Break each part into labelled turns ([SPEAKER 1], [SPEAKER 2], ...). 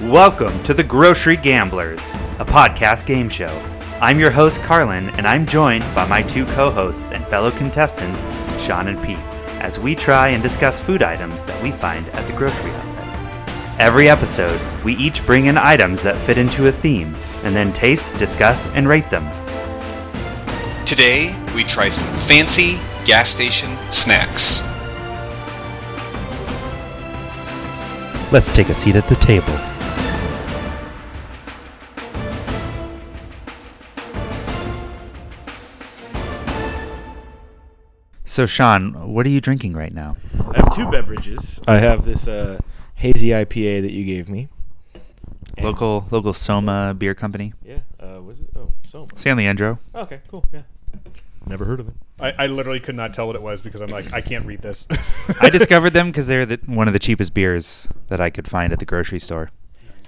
[SPEAKER 1] Welcome to The Grocery Gamblers, a podcast game show. I'm your host, Carlin, and I'm joined by my two co hosts and fellow contestants, Sean and Pete, as we try and discuss food items that we find at the grocery outlet. Every episode, we each bring in items that fit into a theme, and then taste, discuss, and rate them.
[SPEAKER 2] Today, we try some fancy gas station snacks.
[SPEAKER 3] Let's take a seat at the table.
[SPEAKER 1] So, Sean, what are you drinking right now?
[SPEAKER 4] I have two beverages. I have this uh, hazy IPA that you gave me. And-
[SPEAKER 1] Local local Soma beer company.
[SPEAKER 4] Yeah. Uh, was it? Oh, so.
[SPEAKER 1] San Leandro.
[SPEAKER 4] Okay. Cool. Yeah. Never heard of it.
[SPEAKER 5] I, I literally could not tell what it was because I'm like, I can't read this.
[SPEAKER 1] I discovered them because they're the, one of the cheapest beers that I could find at the grocery store.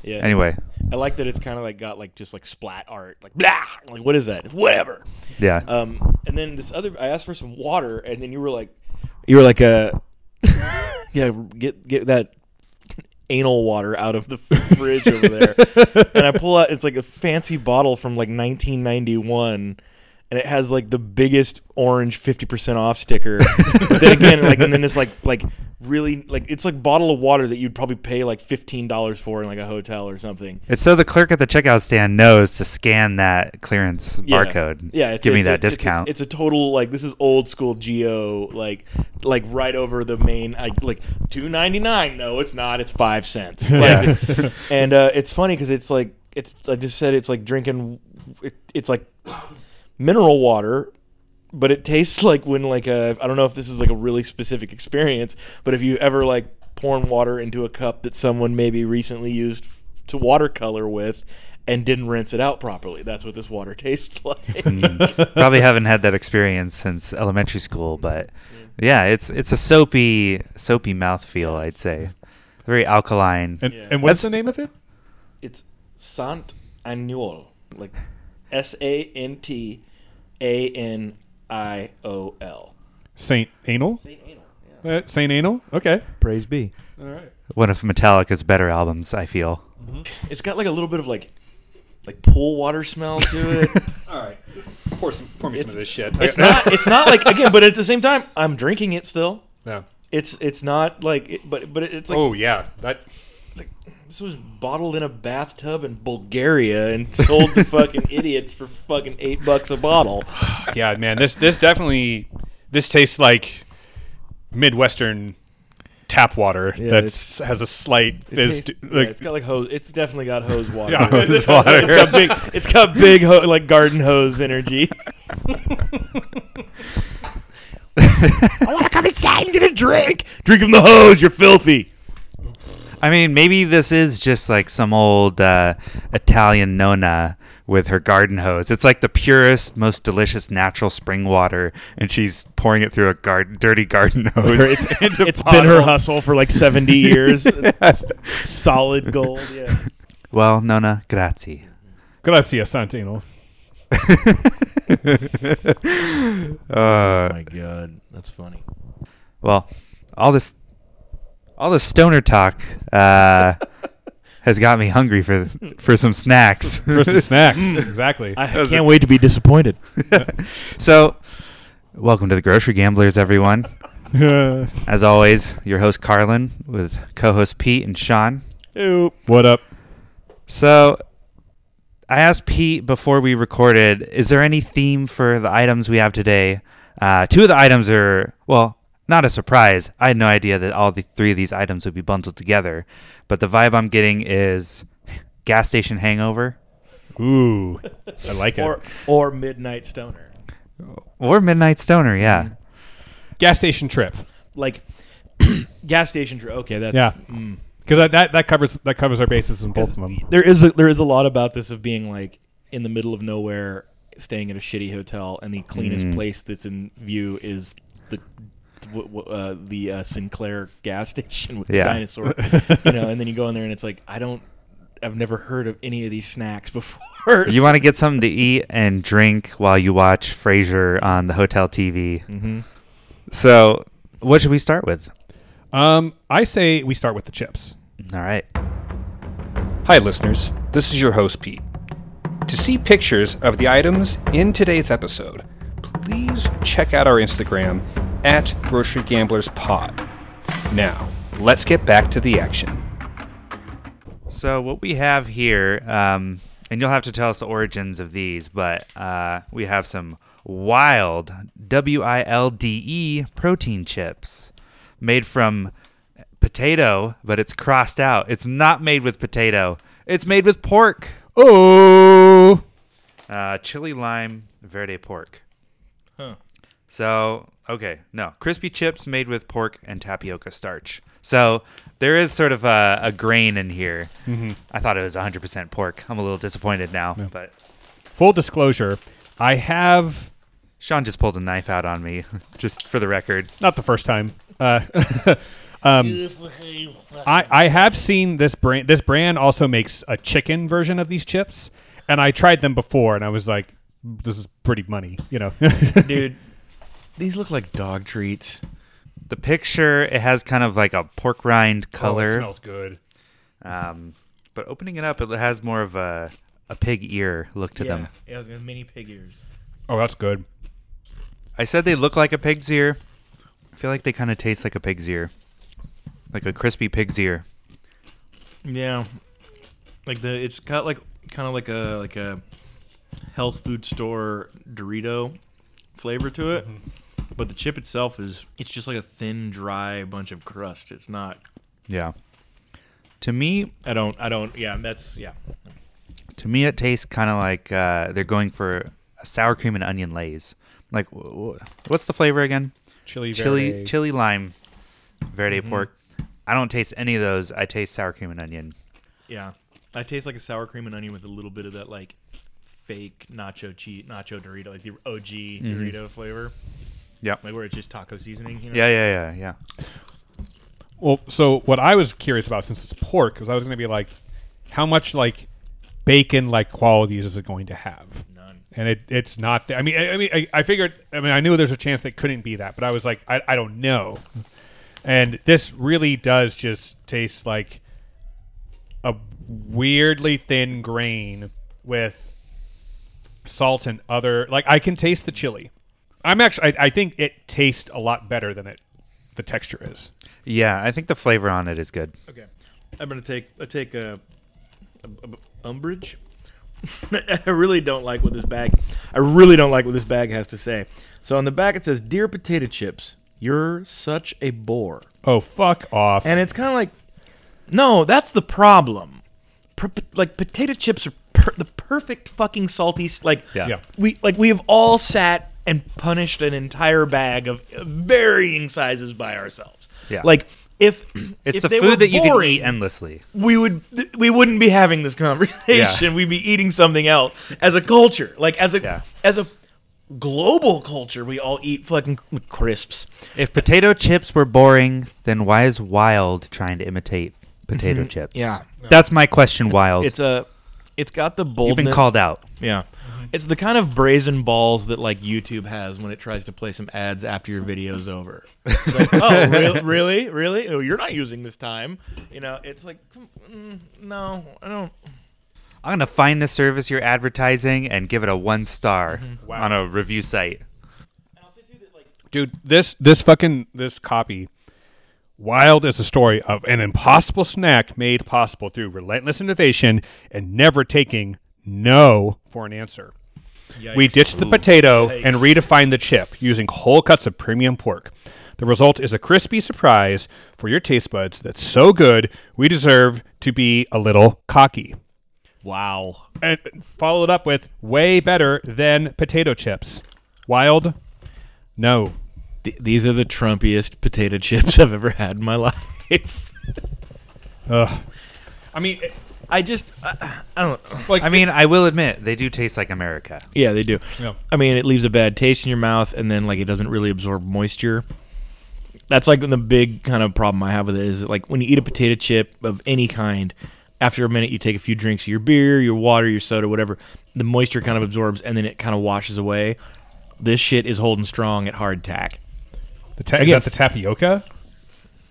[SPEAKER 4] Yeah.
[SPEAKER 1] Anyway.
[SPEAKER 4] it's- I like that it's kind of like got like just like splat art, like blah. Like what is that? It's whatever.
[SPEAKER 1] Yeah.
[SPEAKER 4] Um, and then this other, I asked for some water, and then you were like, you were like, uh, yeah, get get that anal water out of the fridge over there. and I pull out, it's like a fancy bottle from like 1991. And it has like the biggest orange fifty percent off sticker. but then again, like and then it's like like really like it's like bottle of water that you'd probably pay like fifteen dollars for in like a hotel or something.
[SPEAKER 1] it's so the clerk at the checkout stand knows to scan that clearance
[SPEAKER 4] Yeah.
[SPEAKER 1] barcode.
[SPEAKER 4] Yeah, it's,
[SPEAKER 1] give me
[SPEAKER 4] it's a-
[SPEAKER 1] that
[SPEAKER 4] it's a-
[SPEAKER 1] discount.
[SPEAKER 4] It's a, total like this is old school geo like like right over the main I, like two ninety nine. No, it's not. It's five cents. Like, and uh, it's funny because it's like it's I just said it's like drinking it, it's like mineral water. But it tastes like when like a I don't know if this is like a really specific experience, but if you ever like pouring water into a cup that someone maybe recently used f- to watercolor with and didn't rinse it out properly, that's what this water tastes like.
[SPEAKER 1] Probably haven't had that experience since elementary school, but yeah, it's it's a soapy soapy mouthfeel, I'd say. Very alkaline.
[SPEAKER 5] and,
[SPEAKER 4] Yeah.
[SPEAKER 5] and what's
[SPEAKER 1] That's-
[SPEAKER 5] the name of it?
[SPEAKER 4] It's Sant Annual, like S A N T A N I O L.
[SPEAKER 5] Saint Anal. Uh, Saint Anal. Okay.
[SPEAKER 3] Praise be.
[SPEAKER 5] All right.
[SPEAKER 1] One of Metallica's better albums, I feel.
[SPEAKER 4] It's got like a little bit of like like pool water smell to it.
[SPEAKER 5] All right. Pour some. Pour me
[SPEAKER 4] It's-
[SPEAKER 5] some of this shit.
[SPEAKER 4] it's not it's not like again, but at the same time, I'm drinking it still.
[SPEAKER 5] No.
[SPEAKER 4] It's it's not like it, but but it's like,
[SPEAKER 5] oh yeah. That.
[SPEAKER 4] it's like this was bottled in a bathtub in Bulgaria and sold to fucking idiots for fucking eight bucks a bottle.
[SPEAKER 5] Yeah, man. This this definitely. This tastes like Midwestern tap water that
[SPEAKER 4] it's-
[SPEAKER 5] has a slight fizz.
[SPEAKER 4] Taste-
[SPEAKER 5] to-
[SPEAKER 4] yeah,
[SPEAKER 5] like,
[SPEAKER 4] it's got like hose. It's definitely got hose water.
[SPEAKER 5] Yeah,
[SPEAKER 4] It's
[SPEAKER 5] hose
[SPEAKER 4] got-
[SPEAKER 5] water.
[SPEAKER 4] It's got big. It's got big ho- like garden hose energy. I want to come inside and get a drink. Drink from the hose. You're filthy.
[SPEAKER 1] I mean, maybe this is just like some old uh, Italian nona with her garden hose. It's like the purest, most delicious natural spring water, and she's pouring it through a garden, dirty garden hose.
[SPEAKER 4] It's,
[SPEAKER 1] into
[SPEAKER 4] it's been her
[SPEAKER 1] bottles.
[SPEAKER 4] hustle for like 70 years. It's just Solid gold. Yeah.
[SPEAKER 1] Well, nona, grazie.
[SPEAKER 5] grazie, Saint Anal.
[SPEAKER 1] Uh,
[SPEAKER 4] god, that's funny.
[SPEAKER 1] well, all this, all this stoner talk uh, has got me hungry for for some snacks.
[SPEAKER 5] For some snacks. exactly.
[SPEAKER 4] I can't wait to be disappointed.
[SPEAKER 1] so, welcome to the Grocery Gamblers, everyone. As always, your host Carlin with co-host Pete and Sean.
[SPEAKER 5] what up?
[SPEAKER 1] So, I asked Pete before we recorded, is there any theme for the items we have today? Uh, two of the items are, well, not a surprise. I had no idea that all the three of these items would be bundled together, but the vibe I'm getting is gas station hangover
[SPEAKER 5] Ooh, I like it.
[SPEAKER 4] Or, or Midnight Stoner.
[SPEAKER 1] or midnight stoner. Yeah,
[SPEAKER 5] Gas station trip.
[SPEAKER 4] Like, gas station. dr- Okay, that's.
[SPEAKER 5] Yeah. Because that, that that covers that covers our bases in both of them.
[SPEAKER 4] There is a, there is a lot about this of being like in the middle of nowhere, staying at a shitty hotel, and the cleanest place that's in view is the w- w- uh, the uh, Sinclair gas station with
[SPEAKER 1] Yeah.
[SPEAKER 4] the dinosaur. you know, and then you go in there and it's like I don't, I've never heard of any of these snacks before.
[SPEAKER 1] you want to get something to eat and drink while you watch Frasier on the hotel TV.
[SPEAKER 4] Mhm.
[SPEAKER 1] So, what should we start with?
[SPEAKER 5] Um, I say we start with the chips.
[SPEAKER 1] All right.
[SPEAKER 5] Hi, listeners. This is your host, Pete. To see pictures of the items in today's episode, please check out our Instagram at Grocery Gamblers Pod. Now, let's get back to the action.
[SPEAKER 1] So what we have here, um, and you'll have to tell us the origins of these, but uh, we have some wild W I L D E protein chips made from potato, but it's crossed out. It's not made with potato. It's made with pork.
[SPEAKER 5] Oh!
[SPEAKER 1] Uh, chili lime verde pork. So, okay, no. Crispy chips made with pork and tapioca starch. So, there is sort of a, a grain in here.
[SPEAKER 5] Mm-hmm.
[SPEAKER 1] I thought it was 100% pork. I'm a little disappointed now, but
[SPEAKER 5] Full disclosure, I have
[SPEAKER 1] Sean just pulled a knife out on me, just for the record.
[SPEAKER 5] not the first time. Uh, um, I I have seen this brand. This brand also makes a chicken version of these chips, and I tried them before, and I was like, "This is pretty money," you know.
[SPEAKER 4] dude. These look like dog treats.
[SPEAKER 1] The picture, it has kind of like a pork rind
[SPEAKER 5] Oh, it
[SPEAKER 1] color.
[SPEAKER 5] smells good.
[SPEAKER 1] um, but opening it up, it has more of a, a pig ear look to them.
[SPEAKER 4] yeah, mini pig ears.
[SPEAKER 5] Oh, that's good.
[SPEAKER 1] I said they look like a pig's ear. I feel like they kind of taste like a pig's ear, like a crispy pig's ear.
[SPEAKER 4] Yeah, like the it's got like kind of like a like a health food store Dorito flavor to it, but the chip itself is it's just like a thin, dry bunch of crust. It's not.
[SPEAKER 1] Yeah. To me,
[SPEAKER 4] I don't. I don't. Yeah, that's yeah.
[SPEAKER 1] to me, it tastes kind of like uh, they're going for a sour cream and onion lays. Like, wh- wh- what's the flavor again?
[SPEAKER 5] Chili,
[SPEAKER 1] Chili,
[SPEAKER 5] verde.
[SPEAKER 1] chili lime, verde
[SPEAKER 4] Mm-hmm.
[SPEAKER 1] pork. I don't taste any of those. I taste sour cream and onion.
[SPEAKER 4] Yeah, I taste like a sour cream and onion with a little bit of that like fake nacho cheese, nacho Dorito, like the OG Dorito flavor,
[SPEAKER 1] Yeah.
[SPEAKER 4] like where it's just taco seasoning. You know?
[SPEAKER 1] Yeah, yeah, yeah, yeah.
[SPEAKER 5] Well, so what I was curious about since it's pork, was I was going to be like, how much like bacon like qualities is it going to have?
[SPEAKER 4] None.
[SPEAKER 5] and it, it's not. I mean, I, I mean, I, I figured. I mean, I knew there's a chance that couldn't be that, but I was like, I, I don't know. And this really does just taste like a weirdly thin grain with salt and other. Like I can taste the chili. I'm actually. I, I think it tastes a lot better than it. The texture is.
[SPEAKER 1] Yeah, I think the flavor on it is good.
[SPEAKER 4] Okay, I'm gonna take I take a, a- a- umbrage. I really don't like what this bag. I really don't like what this bag has to say. So on the back it says, "Dear potato chips, you're such a bore,"
[SPEAKER 5] Oh fuck off!
[SPEAKER 4] and it's kind of like, no, that's the problem. Per- like potato chips are per- the perfect fucking salty. s- Like
[SPEAKER 1] Yeah.
[SPEAKER 5] yeah.
[SPEAKER 4] we like we have all sat and punished an entire bag of varying sizes by ourselves.
[SPEAKER 1] Yeah.
[SPEAKER 4] Like if
[SPEAKER 1] It's
[SPEAKER 4] if
[SPEAKER 1] the
[SPEAKER 4] they were
[SPEAKER 1] food that you can
[SPEAKER 4] boring,
[SPEAKER 1] eat endlessly.
[SPEAKER 4] we would th- we wouldn't be having this conversation. We'd be eating something else as a culture, like as a
[SPEAKER 1] Yeah.
[SPEAKER 4] as a global culture. We all eat fucking crisps.
[SPEAKER 1] If potato chips were boring, then why is Wild trying to imitate potato chips?
[SPEAKER 4] Mm-hmm. Yeah.
[SPEAKER 1] That's my question, Wild.
[SPEAKER 4] It's a it's got the boldness.
[SPEAKER 1] You've been called Mm-hmm. out.
[SPEAKER 4] Yeah. It's the kind of brazen balls that like YouTube has when it tries to play some ads after your video's over. It's like, oh, re- really? Really? Oh, you're not using this time. You know, it's like, come- mm, no, I don't.
[SPEAKER 1] I'm going to find the service you're advertising and give it a one star
[SPEAKER 4] Mm-hmm.
[SPEAKER 5] Wow.
[SPEAKER 1] on a review site.
[SPEAKER 5] dude this this fucking this copy wild is a story of an impossible snack made possible through relentless innovation and never taking no for an answer we ditched the potato and redefined the chip using whole cuts of premium pork the result is a crispy surprise for your taste buds that's so good we deserve to be a little cocky
[SPEAKER 4] Wow.
[SPEAKER 5] and followed up with way better than potato chips wild no
[SPEAKER 4] Th- these are the Trumpiest potato chips I've ever had in my life.
[SPEAKER 5] Ugh. I mean, it-
[SPEAKER 4] I just, I, I don't.
[SPEAKER 1] I mean, I will admit, they do taste like America.
[SPEAKER 4] Yeah, they do.
[SPEAKER 5] Yeah.
[SPEAKER 4] I mean, it leaves a bad taste in your mouth, and then like it doesn't really absorb moisture. That's like the big kind of problem I have with it is like when you eat a potato chip of any kind, after a minute you take a few drinks of your beer, your water, your soda, whatever, the moisture kind of absorbs and then it kind of washes away. This shit is holding strong at hard tack.
[SPEAKER 5] the ta- is
[SPEAKER 4] Again,
[SPEAKER 5] that the tapioca?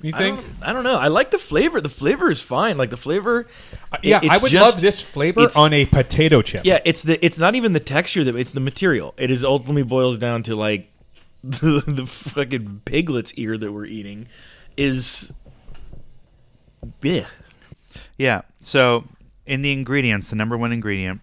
[SPEAKER 5] You
[SPEAKER 4] I don't,
[SPEAKER 5] think?
[SPEAKER 4] I don't know. I like the flavor. The flavor is fine. Like the flavor. it-
[SPEAKER 5] Uh, yeah, I
[SPEAKER 4] it's
[SPEAKER 5] would
[SPEAKER 4] just-
[SPEAKER 5] love this flavor
[SPEAKER 4] it's-
[SPEAKER 5] on a potato chip.
[SPEAKER 4] Yeah, it's the it's not even the texture that it's the material. It is ultimately boils down to like the, the fucking piglet's ear that we're eating is yeah.
[SPEAKER 1] Yeah. So in the ingredients, the number one ingredient,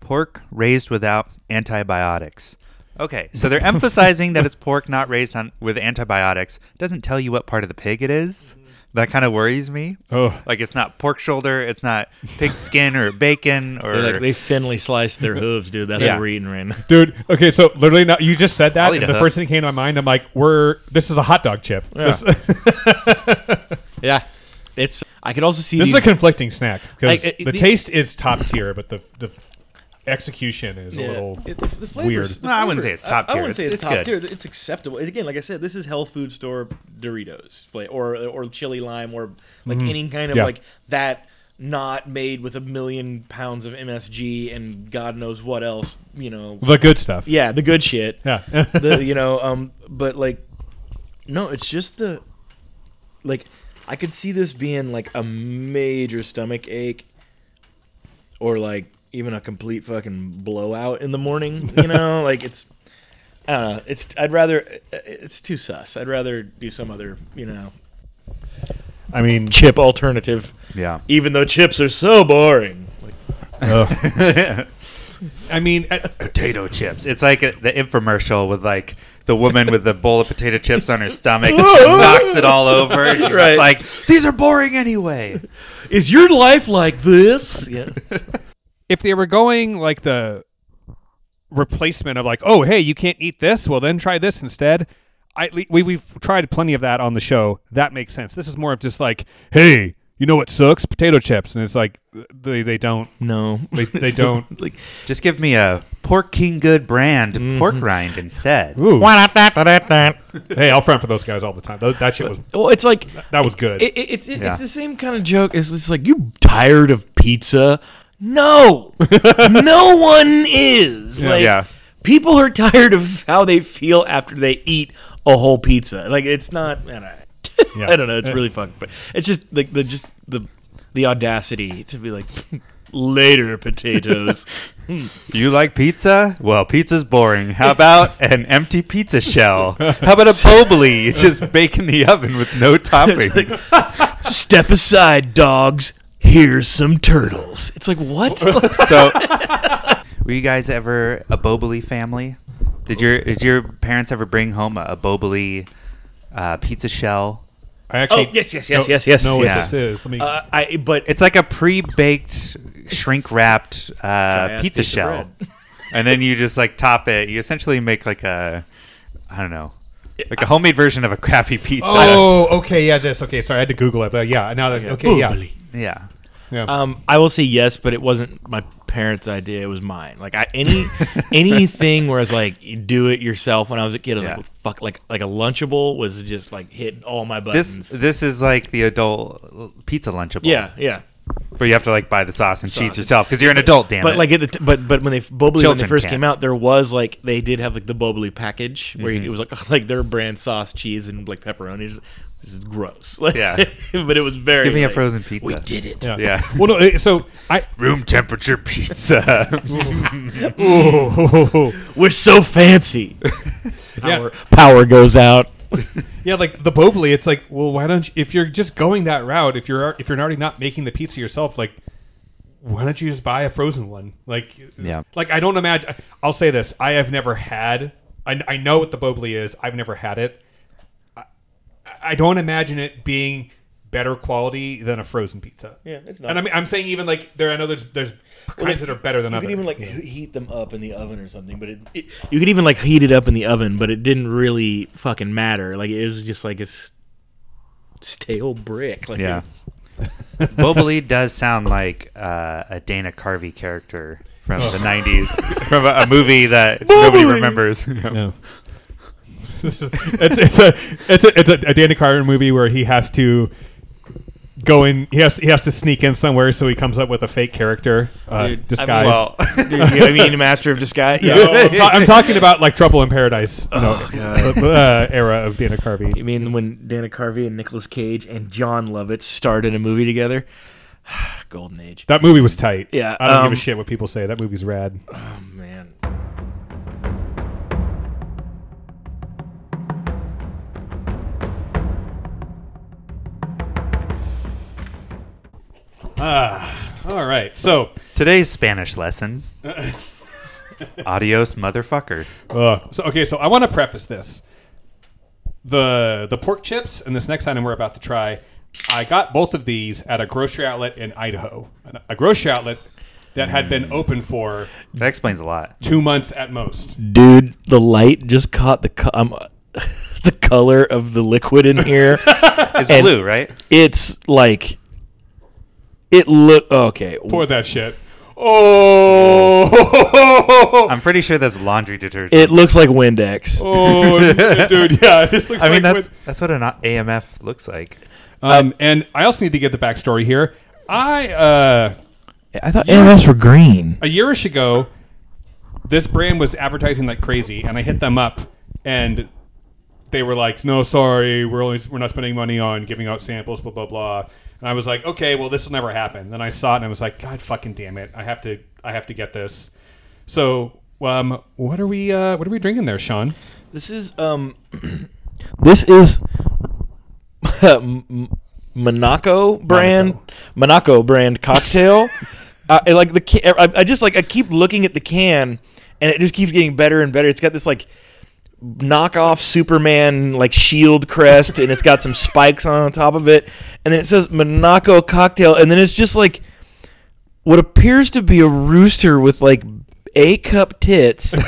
[SPEAKER 1] pork raised without antibiotics. Okay, so they're emphasizing that it's pork not raised on with antibiotics. Doesn't tell you what part of the pig it is. That kind of worries me.
[SPEAKER 5] Oh.
[SPEAKER 1] Like it's not pork shoulder, it's not pig skin or bacon or
[SPEAKER 4] They like they thinly slice their hooves, dude. That's
[SPEAKER 5] Yeah.
[SPEAKER 4] what we're eating right now.
[SPEAKER 5] Dude, okay, so literally, now you just said that,
[SPEAKER 1] I'll eat
[SPEAKER 5] and
[SPEAKER 1] a
[SPEAKER 5] the
[SPEAKER 1] hook.
[SPEAKER 5] first thing that came to my mind, I'm like, "We're this is a hot dog chip. This,
[SPEAKER 4] Yeah.
[SPEAKER 5] this
[SPEAKER 4] Yeah, it's. I could also see
[SPEAKER 5] is
[SPEAKER 4] these,
[SPEAKER 5] a conflicting snack because
[SPEAKER 4] Like, uh,
[SPEAKER 5] the
[SPEAKER 4] these-
[SPEAKER 5] taste is top tier, but the the execution is a
[SPEAKER 4] Yeah.
[SPEAKER 5] little
[SPEAKER 4] It- the flavors-
[SPEAKER 5] weird.
[SPEAKER 4] the
[SPEAKER 1] No, I wouldn't say
[SPEAKER 4] flavor-
[SPEAKER 1] it's top
[SPEAKER 4] I- I
[SPEAKER 1] tier.
[SPEAKER 4] wouldn't say
[SPEAKER 1] It's-
[SPEAKER 4] it's,
[SPEAKER 1] it's
[SPEAKER 4] top
[SPEAKER 1] good.
[SPEAKER 4] tier. It's acceptable. And Again, like I said, this is health food store Doritos flavor or or chili lime or like any kind of
[SPEAKER 5] Mm-hmm. Yeah.
[SPEAKER 4] like that not made with a million pounds of MSG and God knows what else. You know,
[SPEAKER 5] The good stuff.
[SPEAKER 4] yeah, the good shit.
[SPEAKER 5] yeah.
[SPEAKER 4] the you know um but like no it's just the like i could see this being like a major stomach ache or like even a complete fucking blowout in the morning you know like it's i don't know it's i'd rather it's too sus i'd rather do some other you know
[SPEAKER 5] I mean,
[SPEAKER 4] chip alternative
[SPEAKER 1] Yeah.
[SPEAKER 4] even though chips are so boring like
[SPEAKER 5] I mean, I-
[SPEAKER 1] potato chips. It's like a, the infomercial with like the woman with the bowl of potato chips on her stomach and she knocks it all over. And she's just
[SPEAKER 4] Right.
[SPEAKER 1] like, these are boring anyway.
[SPEAKER 4] is your life like this yeah
[SPEAKER 5] if they were going like the replacement of like, oh hey, you can't eat this, well then try this instead. I we we've tried plenty of that on the show. That makes sense. This is more of just like, hey, you know what sucks? Potato chips, and it's like they they don't
[SPEAKER 4] no
[SPEAKER 5] they, they don't.
[SPEAKER 4] like
[SPEAKER 1] Just give me a pork king good brand pork rind instead.
[SPEAKER 5] Ooh. hey, I'll front for those guys all the time. Tho- That, shit was
[SPEAKER 4] well it's like
[SPEAKER 5] that was good.
[SPEAKER 4] It, it, it's it,
[SPEAKER 1] Yeah.
[SPEAKER 4] it's the same kind of joke. It's just like you tired of pizza? No, no one is. Like,
[SPEAKER 1] Yeah.
[SPEAKER 4] people are tired of how they feel after they eat a whole pizza. Like it's not. I don't know.
[SPEAKER 5] Yeah.
[SPEAKER 4] I don't know. It's really fucking. But it's just like the just the the audacity to be like later potatoes.
[SPEAKER 1] You like pizza? Well, pizza's boring. How about an empty pizza shell? How about a pobly? Just bake in the oven with no toppings.
[SPEAKER 4] Step aside, dogs. Here's some turtles. It's like what?
[SPEAKER 1] so, were you guys ever a Boboli family? Did your did your parents ever bring home a, a Boboli uh, pizza shell?
[SPEAKER 5] I actually
[SPEAKER 4] Oh, yes, yes,
[SPEAKER 5] don't
[SPEAKER 4] yes, yes, yes,
[SPEAKER 5] Know what
[SPEAKER 1] yeah.
[SPEAKER 5] this is? Let me.
[SPEAKER 4] uh, I but
[SPEAKER 1] It's like a pre-baked, shrink-wrapped uh,
[SPEAKER 4] ass
[SPEAKER 1] pizza
[SPEAKER 4] piece of
[SPEAKER 1] shell,
[SPEAKER 4] bread.
[SPEAKER 1] and then you just like top it. You essentially make like a, I don't know, like a homemade version of a crappy pizza.
[SPEAKER 5] oh, okay, yeah, this. Okay, sorry, I had to Google it, but yeah, now that okay, yeah,
[SPEAKER 4] Boobly.
[SPEAKER 1] yeah.
[SPEAKER 5] yeah.
[SPEAKER 4] Um, I will say yes, but it wasn't my parents' idea. It was mine. Like I, any anything where it's like you do it yourself. When I was a kid, I was
[SPEAKER 1] Yeah.
[SPEAKER 4] like, fuck, like like a Lunchable was just like hit all my buttons.
[SPEAKER 1] This this is like the adult pizza lunchable.
[SPEAKER 4] yeah, yeah.
[SPEAKER 1] but you have to like buy the sauce and cheese yourself because you're an adult. Damn
[SPEAKER 4] But
[SPEAKER 1] it.
[SPEAKER 4] like at the t- but but when they Bobly when they
[SPEAKER 1] Children
[SPEAKER 4] first
[SPEAKER 1] can't.
[SPEAKER 4] came out, there was like they did have like the Bobly package where
[SPEAKER 1] Mm-hmm.
[SPEAKER 4] it was like like their brand sauce, cheese, and like pepperoni. Just- This is gross. Like,
[SPEAKER 1] Yeah.
[SPEAKER 4] but it was very.
[SPEAKER 1] give me a
[SPEAKER 4] like,
[SPEAKER 1] frozen pizza.
[SPEAKER 4] We did it.
[SPEAKER 5] yeah.
[SPEAKER 1] yeah.
[SPEAKER 5] Well, no, eh, so I.
[SPEAKER 1] room temperature pizza.
[SPEAKER 4] We're so fancy.
[SPEAKER 5] Yeah,
[SPEAKER 4] Power goes out.
[SPEAKER 5] yeah, like the Bobly, it's like, well, why don't you, if you're just going that route, if you're if you're already not making the pizza yourself, like, why don't you just buy a frozen one? Like,
[SPEAKER 1] Yeah.
[SPEAKER 5] like I don't imagine. I'll say this: I have never had. I, I know what the Bobly is. I've never had it. I, I don't imagine it being better quality than a frozen pizza.
[SPEAKER 4] Yeah, it's not.
[SPEAKER 5] And I mean, I'm saying even like there, I know there's there's kinds that are better than
[SPEAKER 4] you
[SPEAKER 5] others.
[SPEAKER 4] could even like he- heat them up in the oven or something but it, it you could even like heat it up in the oven but it didn't really fucking matter like it was just like a s- stale brick like
[SPEAKER 1] yeah.
[SPEAKER 4] it was-
[SPEAKER 1] Boboli does sound like uh, a Dana Carvey character from the 90s, from a, a movie that nobody remembers.
[SPEAKER 5] No. it's, it's a it's a it's a, a Danny Carter movie where he has to going. He has he has to sneak in somewhere, so he comes up with a fake character uh,
[SPEAKER 4] Dude, I mean,
[SPEAKER 5] disguise.
[SPEAKER 4] well, Dude, you know what I mean, master of disguise.
[SPEAKER 5] No, I'm, ta- I'm talking about like Trouble in Paradise you
[SPEAKER 4] Oh,
[SPEAKER 5] know, uh, era of Dana Carvey.
[SPEAKER 4] You mean when Dana Carvey and Nicolas Cage and John Lovitz starred in a movie together? Golden age.
[SPEAKER 5] That movie was tight.
[SPEAKER 4] Yeah,
[SPEAKER 5] I don't
[SPEAKER 4] um,
[SPEAKER 5] give a shit what people say. That movie's rad.
[SPEAKER 4] Oh man.
[SPEAKER 5] All right, so
[SPEAKER 1] Today's Spanish lesson. Adios, motherfucker.
[SPEAKER 5] Ugh. So okay, so I want to preface this. The the pork chips and this next item we're about to try, I got both of these at a grocery outlet in Idaho. An- A grocery outlet that had
[SPEAKER 1] Mm.
[SPEAKER 5] been open for
[SPEAKER 1] That explains a lot.
[SPEAKER 5] two months at most.
[SPEAKER 1] Mm.
[SPEAKER 4] Dude, the light just caught the co- um, the color of the liquid in here.
[SPEAKER 1] It's
[SPEAKER 4] And-
[SPEAKER 1] blue, right?
[SPEAKER 4] it's like it look okay.
[SPEAKER 5] Pour that shit. Oh,
[SPEAKER 1] I'm pretty sure that's laundry detergent.
[SPEAKER 4] It looks like Windex.
[SPEAKER 5] oh, dude, yeah, this looks.
[SPEAKER 1] I mean,
[SPEAKER 5] like
[SPEAKER 1] that's
[SPEAKER 5] what-
[SPEAKER 1] that's what an AMF looks like.
[SPEAKER 5] um, and I also need to give the backstory here. I uh.
[SPEAKER 4] I thought AMFs were green.
[SPEAKER 5] a yearish ago, this brand was advertising like crazy, and I hit them up, and they were like, "No, sorry, we're only we're not spending money on giving out samples, blah blah blah." And I was like, "Okay, well, this will never happen." Then I saw it, and I was like, "God fucking damn it! I have to I have to get this." So, um, what are we uh, what are we drinking there, Sean?
[SPEAKER 4] This is um, this is M- M- Monaco brand Monaco brand cocktail. uh, and, like the ca- I, I just like I keep looking at the can, and it just keeps getting better and better. It's got this like knockoff Superman like shield crest, and it's got some spikes on top of it, and then it says Monaco cocktail, and then it's just like what appears to be a rooster with like a cup tits.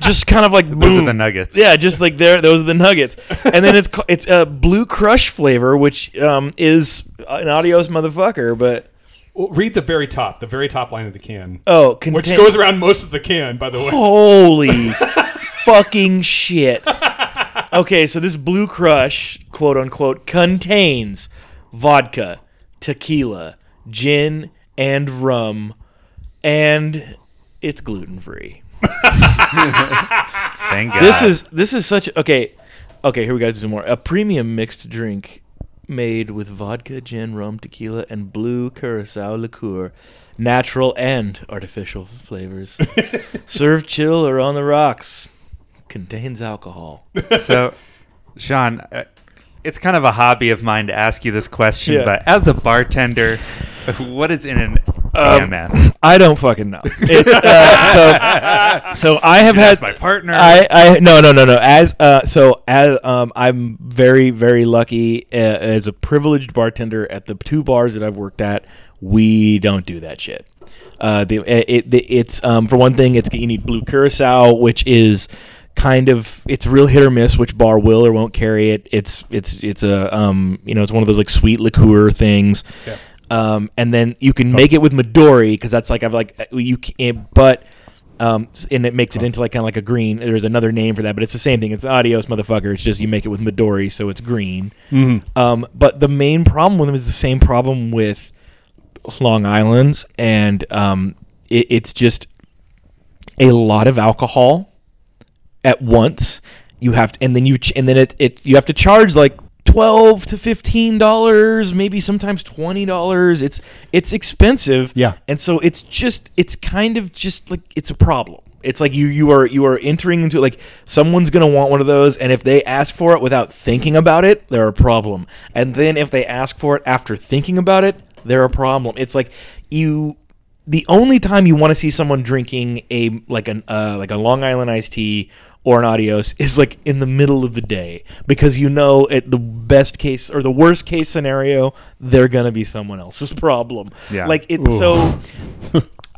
[SPEAKER 4] just kind of like boom.
[SPEAKER 1] Those are the nuggets.
[SPEAKER 4] Yeah, just like there, those are the nuggets. And then it's ca- it's a blue crush flavor, which um, is an adios motherfucker. But
[SPEAKER 5] Well, read the very top, the very top line of the can,
[SPEAKER 4] oh,
[SPEAKER 5] which
[SPEAKER 4] contain-
[SPEAKER 5] goes around most of the can, by the way.
[SPEAKER 4] Oh, holy fucking shit. Okay, so this blue crush, quote unquote, contains vodka, tequila, gin, and rum, and it's gluten free.
[SPEAKER 1] Thank God.
[SPEAKER 4] This is this is such okay. Okay, here we go. Some more. A premium mixed drink made with vodka, gin, rum, tequila, and blue curacao liqueur, natural and artificial flavors. Served chill or on the rocks. Contains alcohol.
[SPEAKER 1] so, Sean. uh, It's kind of a hobby of mine to ask you this question,
[SPEAKER 4] Yeah.
[SPEAKER 1] but as a bartender, what is in an
[SPEAKER 4] Um,
[SPEAKER 1] AMF?
[SPEAKER 4] I don't fucking know. It, uh, so, so I have had
[SPEAKER 1] That's my partner.
[SPEAKER 4] I, I no no no no as uh so as um I'm very very lucky uh, as a privileged bartender at the two bars that I've worked at we don't do that shit. Uh, the, it, it, it's um for one thing it's you need blue curacao which is kind of it's real hit or miss which bar will or won't carry it. It's it's it's a um you know it's one of those like sweet liqueur things.
[SPEAKER 5] Yeah.
[SPEAKER 4] Um, and then you can make it with Midori because that's like I've like uh, you can, but um, s- and it makes it into like kind of like a green. There's another name for that, but it's the same thing. It's adios, motherfucker. It's just you make it with Midori, so it's green. Um, but the main problem with them is the same problem with Long Island's, and um, it, it's just a lot of alcohol at once. You have to, and then you ch- and then it, it you have to charge like twelve to fifteen dollars, maybe sometimes twenty dollars. It's it's expensive.
[SPEAKER 5] Yeah.
[SPEAKER 4] and so it's just it's kind of just like it's a problem. It's like you you are you are entering into like someone's gonna want one of those, and if they ask for it without thinking about it, they're a problem. And then if they ask for it after thinking about it, they're a problem. It's like you the only time you want to see someone drinking a like an uh, like a Long Island iced tea or an Adios is like in the middle of the day because you know at the best case or the worst case scenario they're gonna be someone else's problem.
[SPEAKER 1] Yeah.
[SPEAKER 4] Like it so.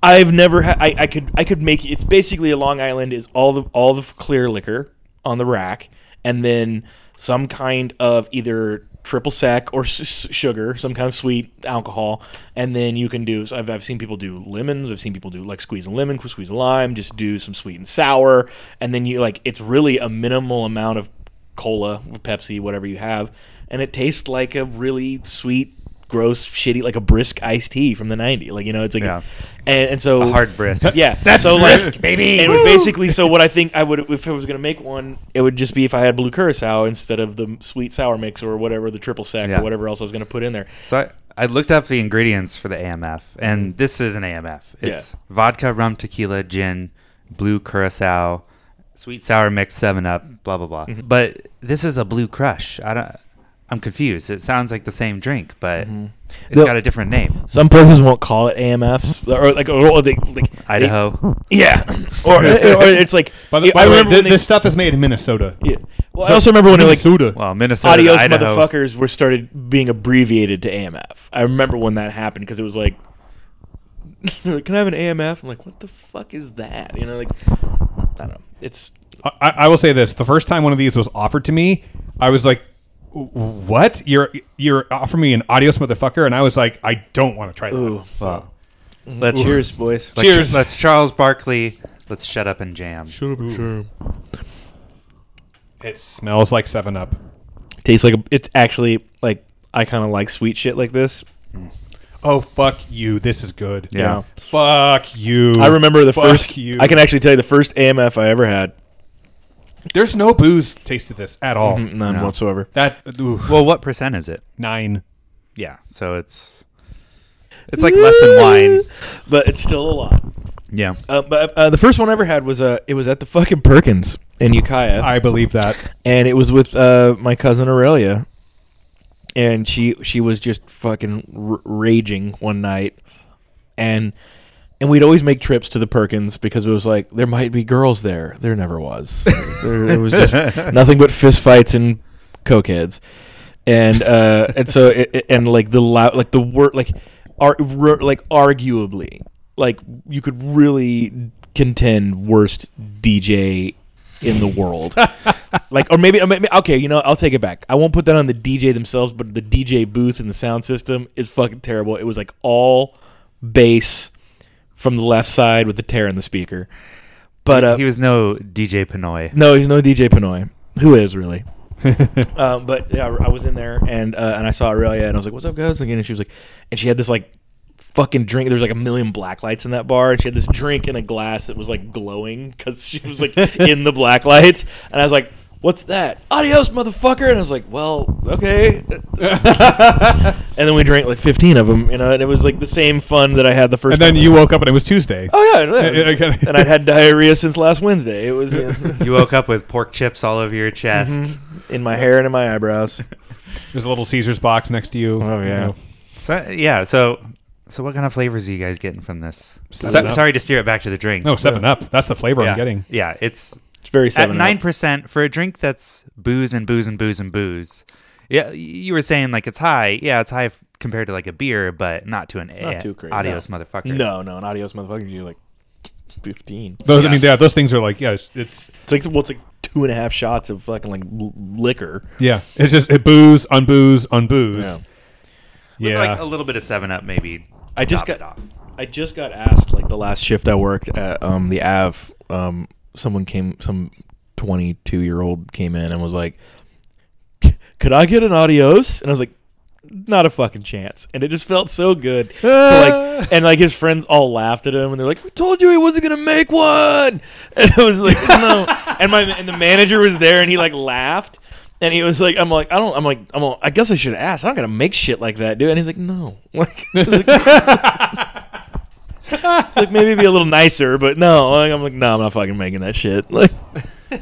[SPEAKER 4] I've never had. I, I could. I could make. It's basically a Long Island is all the all the clear liquor on the rack, and then some kind of either triple sec or s- s- sugar, some kind of sweet alcohol, and then you can do. so I've I've seen people do lemons. I've seen people do like squeeze a lemon, squeeze a lime, just do some sweet and sour, and then you like it's really a minimal amount of cola, Pepsi, whatever you have, and it tastes like a really sweet, gross, shitty, like a brisk iced tea from the '90s. Like you know, it's like,
[SPEAKER 1] Yeah.
[SPEAKER 4] and, and so
[SPEAKER 1] A hard brisk.
[SPEAKER 4] yeah, that's so like baby. And basically, so what I think I would, if I was gonna make one, it would just be if I had blue curacao instead of the sweet sour mix or whatever the triple sec
[SPEAKER 1] Yeah.
[SPEAKER 4] or whatever else I was gonna put in there.
[SPEAKER 1] So I, I looked up the ingredients for the AMF,
[SPEAKER 4] Mm.
[SPEAKER 1] and this is an AMF. It's vodka, rum, tequila, gin, blue curacao, sweet sour mix, Seven Up, blah blah blah.
[SPEAKER 4] Mm-hmm.
[SPEAKER 1] But this is a blue crush. I don't. I'm confused. It sounds like the same drink, but
[SPEAKER 4] Mm-hmm.
[SPEAKER 1] it's
[SPEAKER 4] The-
[SPEAKER 1] got a different name.
[SPEAKER 4] Some places won't call it AMFs or like or they, like
[SPEAKER 1] Idaho.
[SPEAKER 4] they- yeah, or, or it's like.
[SPEAKER 5] By the,
[SPEAKER 4] I
[SPEAKER 5] by the way,
[SPEAKER 4] remember
[SPEAKER 5] thi-
[SPEAKER 4] when
[SPEAKER 5] this
[SPEAKER 4] they-
[SPEAKER 5] stuff is made in Minnesota.
[SPEAKER 4] Yeah. Well, I also remember when it like
[SPEAKER 5] Minnesota.
[SPEAKER 1] Well, Minnesota. to
[SPEAKER 4] Adios
[SPEAKER 1] Idaho.
[SPEAKER 4] motherfuckers were started being abbreviated to AMF. I remember when that happened because it was like, they're like, "Can I have an AMF?" I'm like, "What the fuck is that?" You know, like, I don't know. It's
[SPEAKER 5] I, I will say this: the first time one of these was offered to me, I was like, "What? You're you're offering me an adios, motherfucker!" And I was like, "I don't want to try that."
[SPEAKER 4] ooh.
[SPEAKER 1] Well, let's
[SPEAKER 4] Cheers, boys.
[SPEAKER 1] let's-
[SPEAKER 5] Cheers.
[SPEAKER 1] Let's Charles Barkley. Let's shut up and jam.
[SPEAKER 5] It smells like Seven Up.
[SPEAKER 4] Tastes like a, it's actually like I kind of like sweet shit like this.
[SPEAKER 5] Oh fuck you! This is good.
[SPEAKER 1] Yeah.
[SPEAKER 4] Yeah.
[SPEAKER 5] Fuck you!
[SPEAKER 4] I remember the
[SPEAKER 5] Fuck
[SPEAKER 4] first.
[SPEAKER 5] You.
[SPEAKER 4] I can actually tell you the first AMF I ever had.
[SPEAKER 5] There's no booze taste to this at all.
[SPEAKER 4] Mm, None whatsoever.
[SPEAKER 5] That ooh,
[SPEAKER 1] Well, what percent is it?
[SPEAKER 5] nine.
[SPEAKER 1] Yeah. So it's it's like less than wine.
[SPEAKER 4] but it's still a lot.
[SPEAKER 1] Yeah.
[SPEAKER 4] Uh, but uh, the first one I ever had was uh, it was at the fucking Perkins in Ukiah.
[SPEAKER 5] I believe that.
[SPEAKER 4] and it was with uh, my cousin Aurelia, and she she was just fucking r- raging one night, and and we'd always make trips to the Perkins because it was like there might be girls there. There never was. there, it was just nothing but fistfights and cokeheads, and uh, and so it, it- and like the loud like the word like ar- r- like arguably like you could really contend worst DJ in the world like or maybe, or maybe okay you know i'll take it back i won't put that on the dj themselves but the dj booth and the sound system is fucking terrible it was like all bass from the left side with the tear in the speaker but uh,
[SPEAKER 1] he was no DJ Pinoy.
[SPEAKER 4] no he's no dj pinoy who is really um, but yeah, I was in there and uh, and I saw Aurelia and I was like, "What's up, guys?" Again, and she was like, and she had this like fucking drink. There was like a million black lights in that bar, and she had this drink in a glass that was like glowing because she was like in the black lights. And I was like, "What's that?" Adios, motherfucker. And I was like, "Well, okay." and then we drank like fifteen of them, you know, and it was like the same fun that I had the first.
[SPEAKER 5] And then
[SPEAKER 4] time.
[SPEAKER 5] you woke up and it was Tuesday.
[SPEAKER 4] Oh yeah, yeah.
[SPEAKER 5] Yeah, yeah, okay.
[SPEAKER 4] and I'd had diarrhea since last Wednesday. It was
[SPEAKER 1] You woke up with pork chips all over your chest.
[SPEAKER 5] Mm-hmm.
[SPEAKER 4] in my hair and in my eyebrows.
[SPEAKER 5] There's a little Caesar's box next to you.
[SPEAKER 4] Oh,
[SPEAKER 5] you
[SPEAKER 4] yeah.
[SPEAKER 5] know.
[SPEAKER 1] So yeah, so so what kind of flavors are you guys getting from this?
[SPEAKER 5] Seven
[SPEAKER 1] So,
[SPEAKER 5] Up.
[SPEAKER 1] sorry to steer it back to the drink.
[SPEAKER 5] No, Seven Up. That's the flavor
[SPEAKER 1] yeah,
[SPEAKER 5] I'm getting.
[SPEAKER 1] Yeah, it's
[SPEAKER 4] It's very
[SPEAKER 1] at
[SPEAKER 4] seven
[SPEAKER 1] nine percent for a drink that's booze and booze and booze and booze. Yeah, y- you were saying like it's high. Yeah, it's high f- compared to like a beer, but not to an
[SPEAKER 4] Not
[SPEAKER 1] a-
[SPEAKER 4] too crazy,
[SPEAKER 1] adios
[SPEAKER 4] no.
[SPEAKER 1] motherfucker.
[SPEAKER 4] No, no, an adios motherfucker. You're like fifteen.
[SPEAKER 5] Those, I mean, yeah, those things are like, yeah, it's, it's
[SPEAKER 4] It's like well, it's like two and a half shots of fucking like l- liquor.
[SPEAKER 5] yeah, it's just it booze, unbooze, unbooze.
[SPEAKER 1] With,
[SPEAKER 5] Yeah,
[SPEAKER 1] like a little bit of Seven Up maybe.
[SPEAKER 4] I just
[SPEAKER 1] top
[SPEAKER 4] got
[SPEAKER 1] it off.
[SPEAKER 4] I just got asked like the last shift I worked at um the Av. Um, someone came, some twenty two year old came in and was like, "C- "Could I get an adios?" And I was like. Not a fucking chance, and it just felt so good. to, like, and like his friends all laughed at him, and they're like, "We told you he wasn't gonna make one." And I was like, "No." and my and the manager was there, and he like laughed, and he was like, "I'm like, I don't, I'm like, I'm, all, I guess I should ask. I'm not gonna make shit like that, dude." And he's like, "No." Like, like maybe be a little nicer, but no. Like, I'm like, no, I'm not fucking making that shit. Like,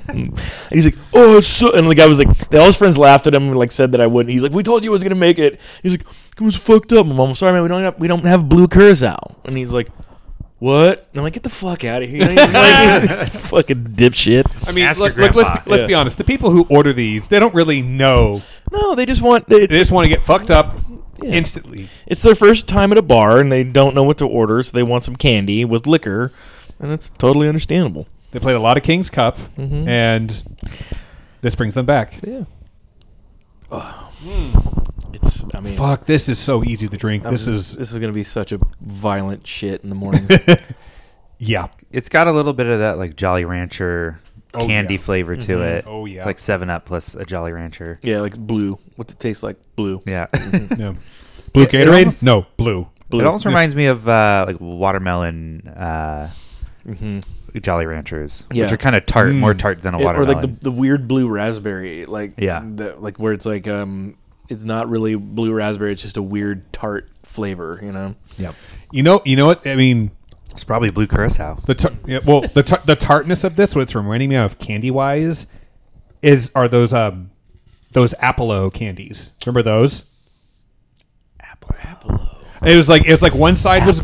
[SPEAKER 4] and he's like, oh, it's so. And the guy was like, they, all his friends laughed at him and like said that I wouldn't. He's like, we told you I was gonna make it. He's like, it was fucked up. I'm almost sorry, man. We don't have, we don't have blue curacao. And he's like, what? And I'm like, get the fuck out of here. You know, he's like, fucking dipshit.
[SPEAKER 5] I mean,
[SPEAKER 1] Ask
[SPEAKER 5] look,
[SPEAKER 1] your
[SPEAKER 5] look, let's
[SPEAKER 1] grandpa.
[SPEAKER 5] be, let's
[SPEAKER 4] Yeah.
[SPEAKER 5] be honest. The people who order these, they don't really know.
[SPEAKER 4] No, they just want. They,
[SPEAKER 5] They just want to get fucked up
[SPEAKER 4] Yeah.
[SPEAKER 5] instantly.
[SPEAKER 4] It's their first time at a bar and they don't know what to order, so they want some candy with liquor, and that's totally understandable.
[SPEAKER 5] They played a lot of King's Cup, and this brings them back.
[SPEAKER 4] Yeah. It's. I mean,
[SPEAKER 5] Fuck, this is so easy to drink.
[SPEAKER 4] I'm
[SPEAKER 5] this
[SPEAKER 4] just-
[SPEAKER 5] is
[SPEAKER 4] this is gonna be such a violent shit in the morning.
[SPEAKER 5] yeah.
[SPEAKER 1] It's got a little bit of that like Jolly Rancher
[SPEAKER 5] Oh,
[SPEAKER 1] candy
[SPEAKER 5] yeah.
[SPEAKER 1] flavor to it.
[SPEAKER 5] Oh, yeah.
[SPEAKER 1] like Seven Up plus a Jolly Rancher.
[SPEAKER 4] Yeah, like blue. What's it taste like? Blue.
[SPEAKER 1] Yeah,
[SPEAKER 4] Mm-hmm.
[SPEAKER 5] Yeah. Blue
[SPEAKER 1] it
[SPEAKER 5] Gatorade?
[SPEAKER 1] almost-
[SPEAKER 5] no, blue.
[SPEAKER 1] it almost reminds me of uh, like watermelon uh, Jolly Ranchers,
[SPEAKER 4] Mm-hmm. Yeah.
[SPEAKER 1] which are kind of tart,
[SPEAKER 5] Mm.
[SPEAKER 1] more tart than a
[SPEAKER 4] It- or
[SPEAKER 1] watermelon.
[SPEAKER 4] like the, the weird blue raspberry, like
[SPEAKER 1] Yeah.
[SPEAKER 4] the, like where it's like um, it's not really blue raspberry. It's just a weird tart flavor, you know.
[SPEAKER 5] You know, you know what? I mean,
[SPEAKER 1] it's probably blue curacao.
[SPEAKER 5] the tar- yeah, well, the tar- the tartness of this, what it's reminding me of candy wise, is are those um those Apollo candies. Remember those? Apollo. It was like it was like one side was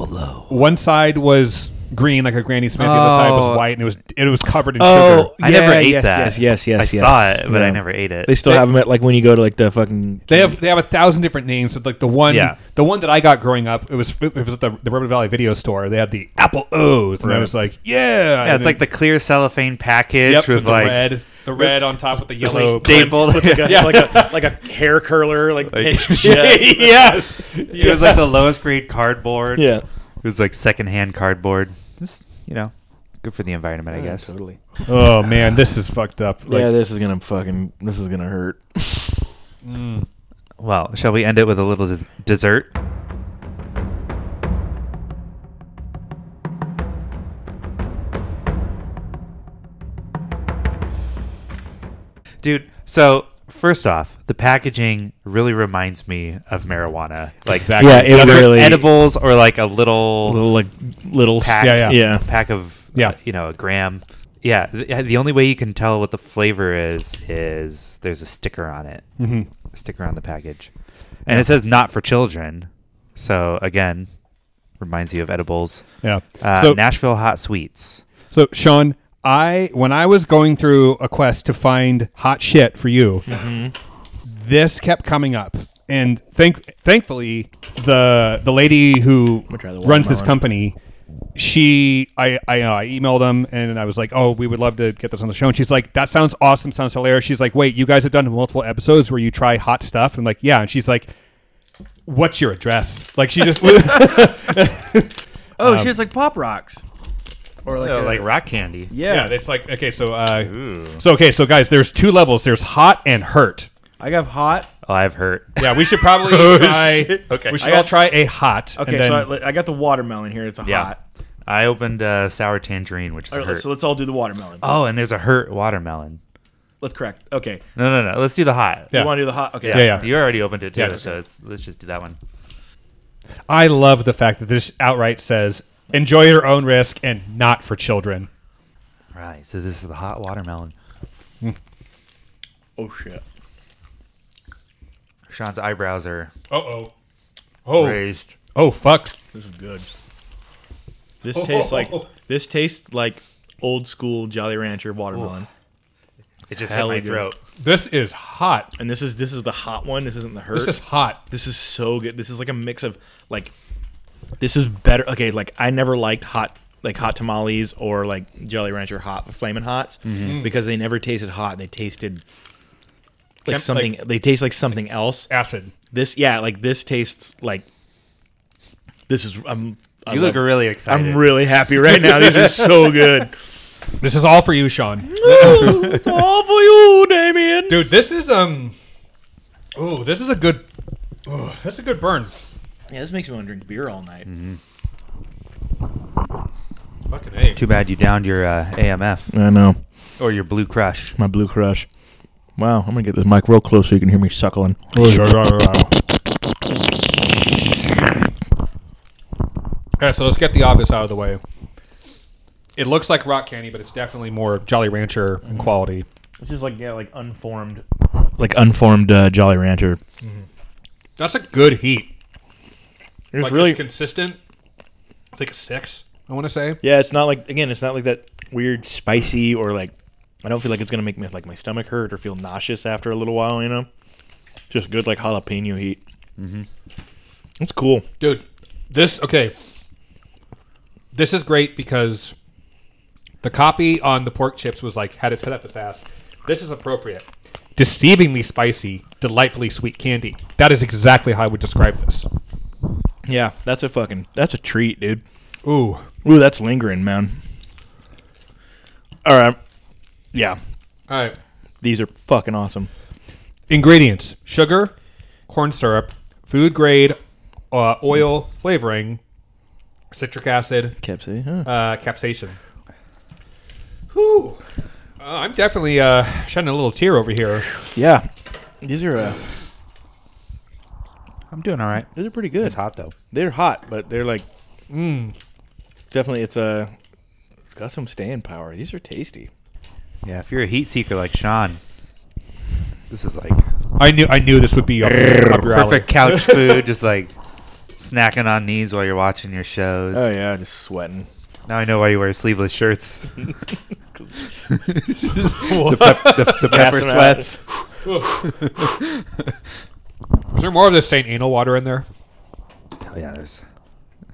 [SPEAKER 5] one side was green like a Granny Smith, the other side
[SPEAKER 1] Oh.
[SPEAKER 5] was white, and it was it was covered in sugar.
[SPEAKER 1] I never ate
[SPEAKER 4] Oh, yes,
[SPEAKER 1] that.
[SPEAKER 4] Yes, yes, yes.
[SPEAKER 1] I
[SPEAKER 4] yes.
[SPEAKER 1] saw it, but I
[SPEAKER 4] Yeah.
[SPEAKER 1] never ate it.
[SPEAKER 4] They still have them at like when you go to like the fucking.
[SPEAKER 5] They have they have a thousand different names. So like the one
[SPEAKER 1] Yeah.
[SPEAKER 5] the one that I got growing up, it was it was at the, the River Valley Video Store. They had the Apple O's, and I was like, yeah,
[SPEAKER 1] yeah, it's like the clear cellophane package
[SPEAKER 5] yep,
[SPEAKER 1] with,
[SPEAKER 5] with the
[SPEAKER 1] like
[SPEAKER 5] red, the red on top with the
[SPEAKER 1] the
[SPEAKER 5] yellow.
[SPEAKER 1] stapled.
[SPEAKER 5] Yeah.
[SPEAKER 4] like a like a hair curler, like, pinched shit.
[SPEAKER 5] yes,
[SPEAKER 1] It was like the lowest grade cardboard.
[SPEAKER 4] yeah.
[SPEAKER 1] It was like secondhand cardboard. Just you know, good for the environment, I guess.
[SPEAKER 4] Totally.
[SPEAKER 5] Oh man, this is fucked up. Like,
[SPEAKER 4] yeah, this is gonna fucking. This is gonna hurt.
[SPEAKER 1] Well, shall we end it with a little des- dessert? Dude, so first off, the packaging really reminds me of marijuana. Like
[SPEAKER 5] Exactly. Yeah,
[SPEAKER 4] it
[SPEAKER 1] whether
[SPEAKER 4] really-
[SPEAKER 1] edibles or like a little,
[SPEAKER 4] Little like little.
[SPEAKER 1] pack,
[SPEAKER 5] Yeah, yeah.
[SPEAKER 1] pack of uh,
[SPEAKER 5] Yeah.
[SPEAKER 1] you know, a gram. Yeah, the, the only way you can tell what the flavor is is there's a sticker on it
[SPEAKER 5] mhm.
[SPEAKER 1] sticker on the package. And it says not for children. So again, reminds you of edibles.
[SPEAKER 5] yeah.
[SPEAKER 1] Uh,
[SPEAKER 5] so
[SPEAKER 1] Nashville hot sweets.
[SPEAKER 5] so Sean, I when I was going through a quest to find hot shit for you,
[SPEAKER 4] Mm-hmm.
[SPEAKER 5] this kept coming up, and thank thankfully the the lady who
[SPEAKER 4] try the
[SPEAKER 5] runs this
[SPEAKER 4] watermelon.
[SPEAKER 5] company. She, I, I, uh, I emailed them and I was like, "Oh, we would love to get this on the show." And she's like, "That sounds awesome, sounds hilarious." She's like, "Wait, you guys have done multiple episodes where you try hot stuff?" And I'm like, "Yeah." And she's like, "What's your address?" Like she just,
[SPEAKER 6] Oh, shit, it's like Pop Rocks. Or like, a-
[SPEAKER 1] rock candy.
[SPEAKER 6] yeah.
[SPEAKER 5] Yeah, it's like okay, so uh, so okay, so guys, there's two levels. There's hot and hurt.
[SPEAKER 6] I got hot.
[SPEAKER 1] Oh, I've hurt.
[SPEAKER 5] Yeah, we should probably try.
[SPEAKER 1] Okay.
[SPEAKER 5] we should
[SPEAKER 1] I
[SPEAKER 5] all
[SPEAKER 6] got-
[SPEAKER 5] try a hot.
[SPEAKER 6] Okay,
[SPEAKER 5] and then,
[SPEAKER 6] so I, I got the watermelon here. It's a
[SPEAKER 1] Yeah.
[SPEAKER 6] hot.
[SPEAKER 1] I opened uh, sour tangerine, which is
[SPEAKER 6] All
[SPEAKER 1] a
[SPEAKER 6] right,
[SPEAKER 1] hurt.
[SPEAKER 6] so let's all do the watermelon.
[SPEAKER 5] Uh.
[SPEAKER 1] oh, and there's a hurt watermelon.
[SPEAKER 6] Let's correct. Okay,
[SPEAKER 1] No, no, no. Let's do the hot.
[SPEAKER 5] Yeah.
[SPEAKER 6] you want to do the hot? Okay.
[SPEAKER 5] Yeah, yeah.
[SPEAKER 1] You already opened it too,
[SPEAKER 5] Yeah.
[SPEAKER 1] so it's, let's just do that one.
[SPEAKER 5] I love the fact that this outright says enjoy your own risk and not for children.
[SPEAKER 1] All right. So this is the hot watermelon.
[SPEAKER 6] Oh shit.
[SPEAKER 1] Sean's eyebrows are
[SPEAKER 5] Uh oh. Oh.
[SPEAKER 1] raised.
[SPEAKER 5] Oh fuck.
[SPEAKER 6] This is good. This tastes like this tastes like old school Jolly Rancher watermelon.
[SPEAKER 1] It just
[SPEAKER 6] Hella
[SPEAKER 1] hit my
[SPEAKER 6] good.
[SPEAKER 1] throat.
[SPEAKER 5] This is hot.
[SPEAKER 6] And this is this is the hot one. This isn't the hurt.
[SPEAKER 5] This is hot.
[SPEAKER 6] This is so good. This is like a mix of like this is better. Okay, like I never liked hot like hot tamales or like Jolly Rancher hot flaming hots
[SPEAKER 5] Mm-hmm.
[SPEAKER 6] because they never tasted hot. They tasted like
[SPEAKER 5] Temp-
[SPEAKER 6] something. they taste like something else.
[SPEAKER 5] Acid.
[SPEAKER 6] This yeah, like this tastes like this is. I'm. I
[SPEAKER 1] You look
[SPEAKER 6] love-
[SPEAKER 1] really excited.
[SPEAKER 6] I'm really happy right now. These are so good.
[SPEAKER 5] This is all for you, Sean.
[SPEAKER 6] it's all for you, Damien.
[SPEAKER 5] Dude, this is um. Oh, this is a good. Oh, that's a good burn.
[SPEAKER 6] Yeah, this makes me want to drink beer all night.
[SPEAKER 5] Fucking a.
[SPEAKER 1] Too bad you downed your uh, AMF
[SPEAKER 4] I know
[SPEAKER 1] or your Blue Crush.
[SPEAKER 4] my blue crush. Wow, I'm gonna get this mic real close so you can hear me suckling.
[SPEAKER 5] Okay, so let's get the obvious out of the way. It looks like rock candy, but it's definitely more Jolly Rancher in quality.
[SPEAKER 6] It's just like yeah, like unformed.
[SPEAKER 4] Like unformed uh, Jolly Rancher.
[SPEAKER 5] That's a good heat.
[SPEAKER 6] It's
[SPEAKER 5] like
[SPEAKER 6] really
[SPEAKER 5] it's consistent. I think a six. I want to say.
[SPEAKER 6] Yeah, it's not like again, it's not like that weird spicy or like I don't feel like it's gonna make me like my stomach hurt or feel nauseous after a little while. You know, just good like jalapeno heat. Mm-hmm. It's cool.
[SPEAKER 5] dude this okay this is great because the copy on the pork chips was like had it set up its ass this is appropriate deceivingly spicy delightfully sweet candy that is exactly how i would describe this
[SPEAKER 6] Yeah, that's a fucking that's a treat, dude.
[SPEAKER 5] ooh
[SPEAKER 6] Ooh, that's lingering, man. All right,
[SPEAKER 4] Yeah,
[SPEAKER 5] All right.
[SPEAKER 4] these are fucking awesome.
[SPEAKER 5] Ingredients: sugar, corn syrup, food grade, uh, oil, flavoring, citric acid,
[SPEAKER 4] Kepsi, huh?
[SPEAKER 5] uh, capsaicin. Whew. Uh, I'm definitely uh, shedding a little tear over here.
[SPEAKER 4] Yeah, these are uh,
[SPEAKER 1] I'm doing all right.
[SPEAKER 4] these are pretty good.
[SPEAKER 1] It's hot though.
[SPEAKER 4] They're hot, but they're like definitely it's
[SPEAKER 6] uh,
[SPEAKER 4] a it's got some staying power. These are tasty.
[SPEAKER 1] Yeah, if you're a heat seeker like Sean, this is like
[SPEAKER 5] I knew I knew this would be up, up your alley.
[SPEAKER 1] perfect couch food. Just like snacking on these while you're watching your shows.
[SPEAKER 4] Oh yeah, just sweating.
[SPEAKER 1] Now I know why you wear sleeveless shirts. the, pep- the, the pepper
[SPEAKER 4] Passing out.
[SPEAKER 1] sweats.
[SPEAKER 5] Is there more of this Saint Anal water in there?
[SPEAKER 1] Oh, yeah, there's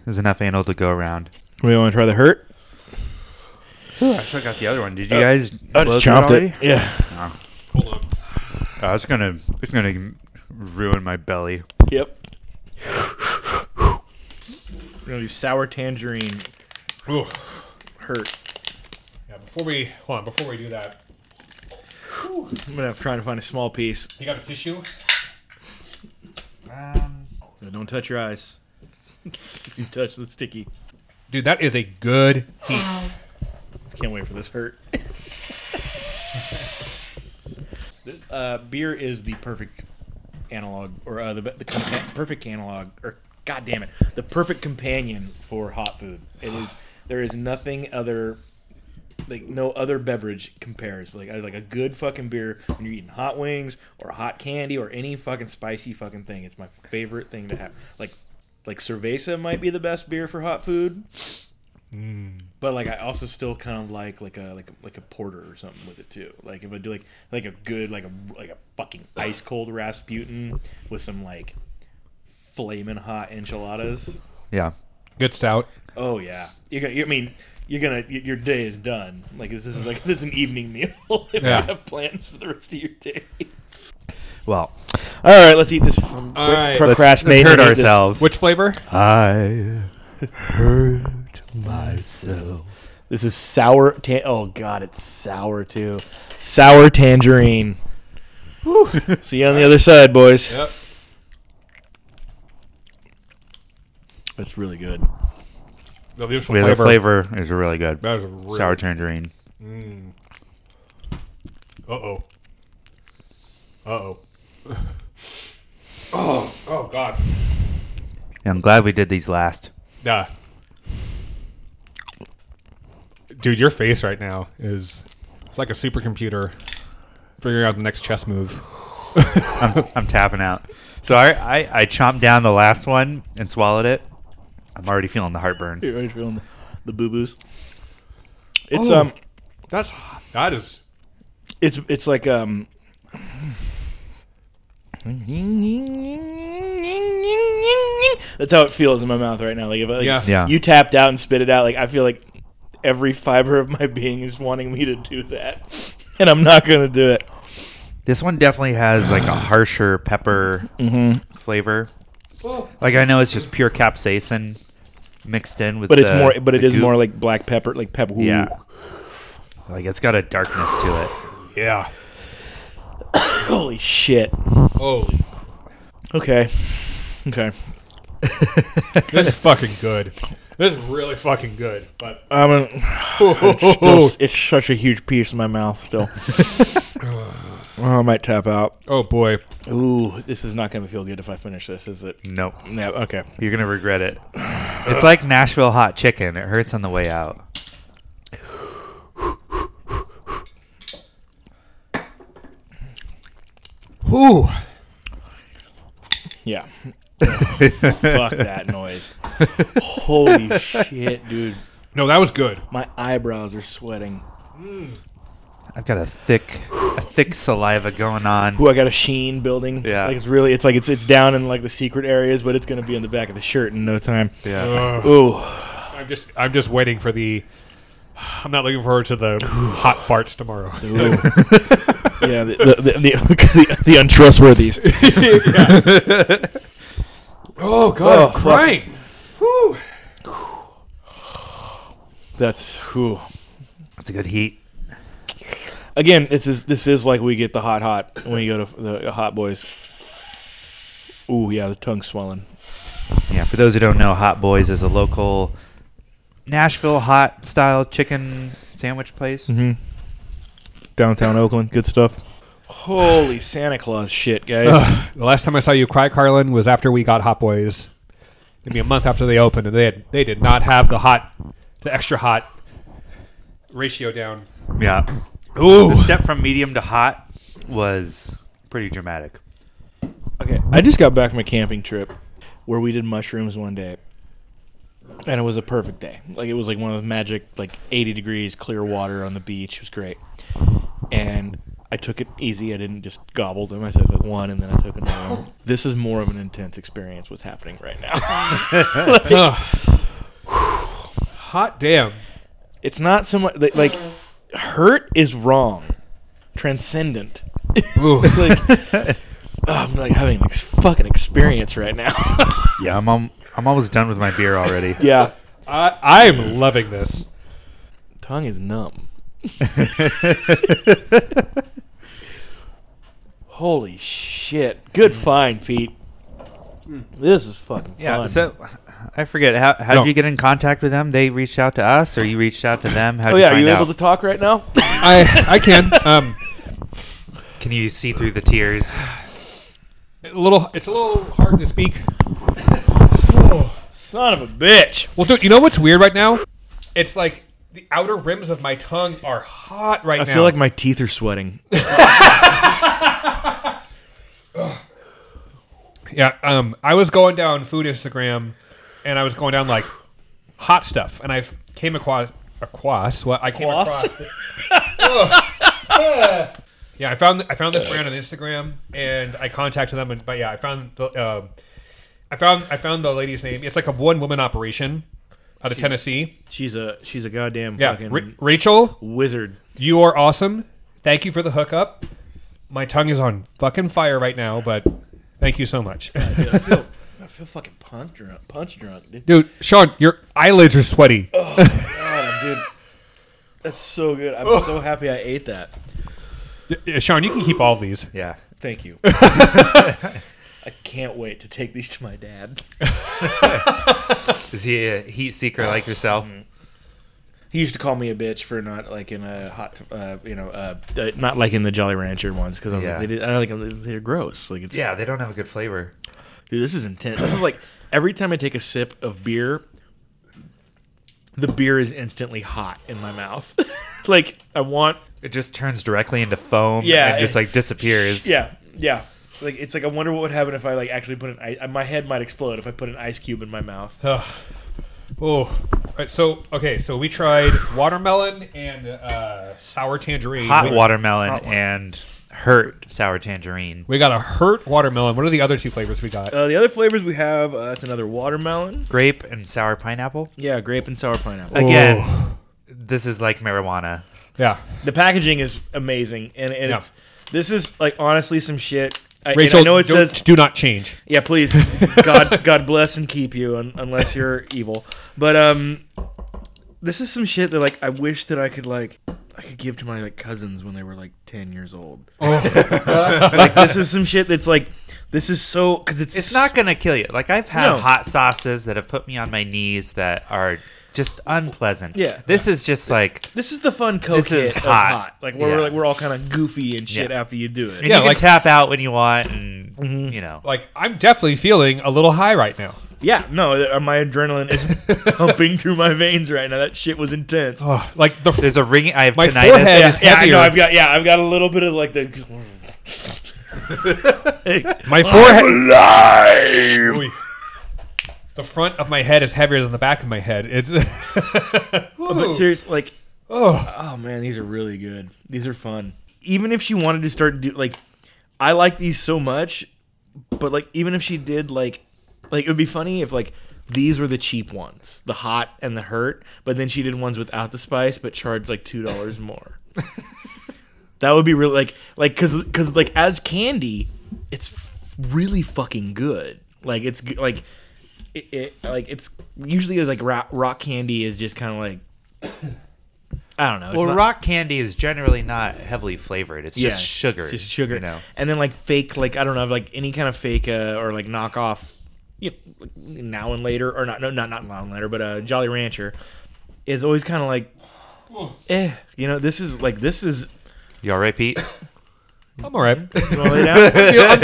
[SPEAKER 1] there's enough anal to go around.
[SPEAKER 4] We want to try the hurt.
[SPEAKER 1] I should have got the other one. Did you guys?
[SPEAKER 4] I
[SPEAKER 1] blow
[SPEAKER 4] just
[SPEAKER 1] through
[SPEAKER 4] chomped
[SPEAKER 1] already?
[SPEAKER 4] it. Yeah.
[SPEAKER 5] Hold on.
[SPEAKER 1] Oh, it's gonna it's gonna ruin my belly.
[SPEAKER 4] Yep. We're gonna do sour tangerine
[SPEAKER 5] Ooh.
[SPEAKER 4] hurt.
[SPEAKER 5] Yeah, before we hold on, before we do that,
[SPEAKER 4] I'm gonna have to try to find a small piece.
[SPEAKER 5] you got a tissue?
[SPEAKER 7] Um,
[SPEAKER 4] So don't touch your eyes. if you touch the sticky,
[SPEAKER 5] Dude, that is a good heat.
[SPEAKER 4] can't wait for this hurt. This, uh, beer is the perfect analog, or uh, the, the compa- perfect analog, or god damn it, the perfect companion for hot food. It is. There is nothing other, like no other beverage compares. Like like a good fucking beer when you're eating hot wings or hot candy or any fucking spicy fucking thing. It's my favorite thing to have. Like like cerveza might be the best beer for hot food. But like I also still kind of like like a like a, like a porter or something with it too. Like if I do like like a good like a like a fucking ice cold Rasputin with some like flaming hot enchiladas.
[SPEAKER 1] Yeah.
[SPEAKER 5] Good stout.
[SPEAKER 4] Oh yeah, you're gonna. You, I mean, you're gonna. y your day is done. Like this is like this is an evening meal. if
[SPEAKER 5] Yeah.
[SPEAKER 4] you have plans for the rest of your day.
[SPEAKER 1] Well,
[SPEAKER 7] All right, let's eat this. From
[SPEAKER 5] All right.
[SPEAKER 7] pro-
[SPEAKER 1] let's, let's
[SPEAKER 7] Procrastinate and
[SPEAKER 1] hurt
[SPEAKER 7] eat this.
[SPEAKER 1] ourselves.
[SPEAKER 5] Which flavor?
[SPEAKER 1] Uh, I hurt myself.
[SPEAKER 7] This is sour. Tan- oh God, it's sour too. Sour tangerine. See you on the other side, boys.
[SPEAKER 5] Yep.
[SPEAKER 7] That's really good.
[SPEAKER 5] The additional
[SPEAKER 1] Yeah, the
[SPEAKER 5] flavor.
[SPEAKER 1] flavor is really good.
[SPEAKER 5] That is Mm. really-
[SPEAKER 1] Sour tangerine.
[SPEAKER 5] Uh oh. Uh oh. oh. Oh God.
[SPEAKER 1] Yeah, I'm glad we did these last.
[SPEAKER 5] Nah. Dude, your face right now is it's like a supercomputer figuring out the next chess move.
[SPEAKER 1] I'm, I'm tapping out. So I, I I chomped down the last one and swallowed it. I'm already feeling the heartburn.
[SPEAKER 7] You're already feeling the, the boo boos.
[SPEAKER 4] It's
[SPEAKER 5] Oh.
[SPEAKER 4] um.
[SPEAKER 5] That's that is
[SPEAKER 4] It's it's like um.
[SPEAKER 7] That's how it feels in my mouth right now. Like if I, like,
[SPEAKER 5] Yeah.
[SPEAKER 1] Yeah.
[SPEAKER 7] you tapped out and spit it out, like I feel like every fiber of my being is wanting me to do that, and I'm not gonna do it.
[SPEAKER 1] This one definitely has like a harsher pepper
[SPEAKER 7] Mm-hmm.
[SPEAKER 1] flavor.
[SPEAKER 5] Oh.
[SPEAKER 1] Like I know it's just pure capsaicin mixed in with,
[SPEAKER 7] But it's
[SPEAKER 1] the-
[SPEAKER 7] more. But it
[SPEAKER 1] the
[SPEAKER 7] is
[SPEAKER 1] goop.
[SPEAKER 7] more like black pepper, like pepper. Ooh.
[SPEAKER 1] yeah, like it's got a darkness to it.
[SPEAKER 5] yeah.
[SPEAKER 7] Holy shit.
[SPEAKER 5] Oh,
[SPEAKER 7] Okay. Okay.
[SPEAKER 5] this is fucking good. This is really fucking good. But oh
[SPEAKER 7] I'm oh, gonna. It's, still, it's such a huge piece in my mouth still. oh, I might tap out.
[SPEAKER 5] oh boy,
[SPEAKER 7] Ooh, this is not going to feel good if I finish this, is it?
[SPEAKER 1] Nope,
[SPEAKER 7] No, okay.
[SPEAKER 1] you're gonna regret it. It's like Nashville hot chicken. It hurts on the way out.
[SPEAKER 5] whoo.
[SPEAKER 7] Yeah. Fuck that noise. Holy shit, dude.
[SPEAKER 5] No, that was good.
[SPEAKER 7] My eyebrows are sweating.
[SPEAKER 1] I've got a thick, a thick saliva going on.
[SPEAKER 7] Ooh, I got a sheen building.
[SPEAKER 1] Yeah.
[SPEAKER 7] Like it's really it's like it's it's down in like the secret areas, but it's going to be in the back of the shirt in no time.
[SPEAKER 1] Yeah.
[SPEAKER 7] Ooh.
[SPEAKER 5] I'm just I'm just waiting for the. I'm not looking forward to the hot farts tomorrow.
[SPEAKER 7] Yeah, the the the, the, the untrustworthies.
[SPEAKER 5] Oh god,
[SPEAKER 7] Oh,
[SPEAKER 5] I'm crying. Whew.
[SPEAKER 7] That's who.
[SPEAKER 1] That's a good heat.
[SPEAKER 4] Again, this is this is like we get the hot hot when you go to the hot boys. Ooh, yeah, the tongue's swelling.
[SPEAKER 1] Yeah, for those who don't know, Hot Boys is a local Nashville hot style chicken sandwich place.
[SPEAKER 7] Mm-hmm.
[SPEAKER 4] Downtown Oakland, good stuff. Holy Santa Claus shit, guys!
[SPEAKER 5] Ugh. the last time I saw you cry, Carlin, was after we got Hot Boys. Maybe a month after they opened, and they had, they did not have the hot, the extra hot ratio down.
[SPEAKER 1] Yeah.
[SPEAKER 5] Ooh,
[SPEAKER 1] The step from medium to hot was pretty dramatic.
[SPEAKER 4] Okay, I just got back from a camping trip where we did mushrooms one day, and it was a perfect day. Like it was like one of the magic, like eighty degrees, clear water on the beach. It was great, and I took it easy. I didn't just gobble them. I took like one, and then I took another. one. This is more of an intense experience. What's happening right now?
[SPEAKER 5] hot damn!
[SPEAKER 4] it's not so much like, like hurt is wrong, transcendent.
[SPEAKER 5] Ooh.
[SPEAKER 4] like oh, I'm like having like fucking experience right now.
[SPEAKER 1] Yeah, I'm al- I'm almost done with my beer already.
[SPEAKER 4] yeah,
[SPEAKER 5] I, I'm loving this.
[SPEAKER 4] tongue is numb. Holy shit!
[SPEAKER 8] Mm.
[SPEAKER 4] Good find, Pete. This is fucking
[SPEAKER 1] Yeah.
[SPEAKER 4] fun.
[SPEAKER 1] So I forget how how
[SPEAKER 5] No.
[SPEAKER 1] did you get in contact with them? They reached out to us, or you reached out to them? How
[SPEAKER 4] oh yeah, are you able to talk right now?
[SPEAKER 5] I I can. Um,
[SPEAKER 1] Can you see through the tears?
[SPEAKER 5] a little. It's a little hard to speak.
[SPEAKER 4] Son of a bitch.
[SPEAKER 5] Well, dude, you know what's weird right now? It's like the outer rims of my tongue are hot right
[SPEAKER 8] I
[SPEAKER 5] now.
[SPEAKER 8] feel like my teeth are sweating.
[SPEAKER 5] Yeah, um, I was going down food Instagram, and I was going down like hot stuff, and I came across across what I came
[SPEAKER 4] Quas?
[SPEAKER 5] across. Ugh. Ugh. yeah, I found I found this brand on Instagram, and I contacted them, and but yeah, I found the uh, I found I found the lady's name. It's like a one woman operation out of Tennessee.
[SPEAKER 8] She's a she's a goddamn
[SPEAKER 5] Yeah,
[SPEAKER 8] fucking
[SPEAKER 5] Ra- Rachel,
[SPEAKER 8] wizard.
[SPEAKER 5] you are awesome. Thank you for the hookup. My tongue is on fucking fire right now, but thank you so much.
[SPEAKER 4] I feel fucking punch drunk. Punch drunk, dude.
[SPEAKER 5] Dude, Sean, your eyelids are sweaty.
[SPEAKER 4] That's so good. I'm so happy I ate that.
[SPEAKER 5] Yeah, Sean, you can keep all these.
[SPEAKER 1] Yeah.
[SPEAKER 4] Thank you. I can't wait to take these to my dad.
[SPEAKER 1] Is he a heat seeker like yourself?
[SPEAKER 4] Mm-hmm. He used to call me a bitch for not like in a hot, uh, you know, uh, uh, not like in the Jolly Rancher ones because I was
[SPEAKER 1] Yeah.
[SPEAKER 4] like, they did, I don't think I'm, they're gross. Like it's
[SPEAKER 1] Yeah, they don't have a good flavor.
[SPEAKER 4] Dude, this is intense. This is like every time I take a sip of beer, the beer is instantly hot in my mouth. like I want,
[SPEAKER 1] It just turns directly into foam.
[SPEAKER 4] Yeah,
[SPEAKER 1] and just
[SPEAKER 4] it-
[SPEAKER 1] like disappears.
[SPEAKER 4] yeah, yeah. Like it's like I wonder what would happen if I like actually put an ice. My head might explode if I put an ice cube in my mouth.
[SPEAKER 5] Ugh. Oh, All right, so okay, so we tried watermelon and uh, sour tangerine.
[SPEAKER 1] Hot
[SPEAKER 5] we,
[SPEAKER 1] watermelon and hurt sour tangerine.
[SPEAKER 5] We got a hurt watermelon. What are the other two flavors we got?
[SPEAKER 4] Uh, the other flavors we have uh, that's another watermelon.
[SPEAKER 1] Grape and sour pineapple.
[SPEAKER 4] Yeah, grape and sour pineapple.
[SPEAKER 1] Again, this is like marijuana.
[SPEAKER 5] yeah,
[SPEAKER 4] The packaging is amazing, and, and
[SPEAKER 5] Yeah.
[SPEAKER 4] it's this is like honestly some shit. I,
[SPEAKER 5] Rachel,
[SPEAKER 4] and I know it
[SPEAKER 5] don't-
[SPEAKER 4] says
[SPEAKER 5] do not change.
[SPEAKER 4] Yeah, please. God, God bless and keep you, un- unless you're evil. But um, this is some shit that like I wish that I could like I could give to my like cousins when they were like ten years old.
[SPEAKER 1] Oh.
[SPEAKER 4] like this is some shit that's like this is so because it's
[SPEAKER 1] It's not gonna kill you. Like I've had
[SPEAKER 4] No.
[SPEAKER 1] hot sauces that have put me on my knees that are just unpleasant.
[SPEAKER 4] Yeah.
[SPEAKER 1] This is just like
[SPEAKER 4] This is the fun coke
[SPEAKER 1] This is
[SPEAKER 4] hit of
[SPEAKER 1] hot.
[SPEAKER 4] hot. Like where we're
[SPEAKER 1] Yeah.
[SPEAKER 4] like we're all kind of goofy and shit
[SPEAKER 1] Yeah.
[SPEAKER 4] after you do it.
[SPEAKER 1] and
[SPEAKER 5] Yeah,
[SPEAKER 1] you can
[SPEAKER 5] like-
[SPEAKER 1] tap out when you want and you know.
[SPEAKER 5] Like I'm definitely feeling a little high right now.
[SPEAKER 4] Yeah, no, th- my adrenaline is pumping through my veins right now. That shit was intense.
[SPEAKER 5] Ugh, like the f-
[SPEAKER 1] There's a ring I have
[SPEAKER 5] my
[SPEAKER 1] tinnitus.
[SPEAKER 5] forehead is
[SPEAKER 4] yeah, I
[SPEAKER 5] heavier.
[SPEAKER 4] know. I've got yeah, I've got a little bit of like the
[SPEAKER 5] my forehead Oy. The front of my head is heavier than the back of my head. It's
[SPEAKER 4] But seriously, like,
[SPEAKER 5] Oh.
[SPEAKER 4] oh man, these are really good. These are fun. Even if she wanted to start do like, I like these so much, but like even if she did like, like it would be funny if like these were the cheap ones, the hot and the hurt, but then she did ones without the spice but charged like two dollars more. that would be really like like because because like as candy, it's f- really fucking good. Like it's g- like. It, it like it's usually like rock, rock candy is just kind of like
[SPEAKER 6] I don't know. It's
[SPEAKER 9] well,
[SPEAKER 6] not-
[SPEAKER 9] rock candy is generally not heavily flavored. It's just sugar.
[SPEAKER 6] Just sugar.
[SPEAKER 9] You know.
[SPEAKER 6] And then like fake, like I don't know, like any kind of fake uh, or like knockoff. You know, like, now and later, or not? No, not not now and later, but uh, Jolly Rancher is always kind of like, eh. You know, this is like this is.
[SPEAKER 9] You all right, Pete?
[SPEAKER 5] I'm all right.
[SPEAKER 6] You wanna lay down?
[SPEAKER 5] I'm dealing. I'm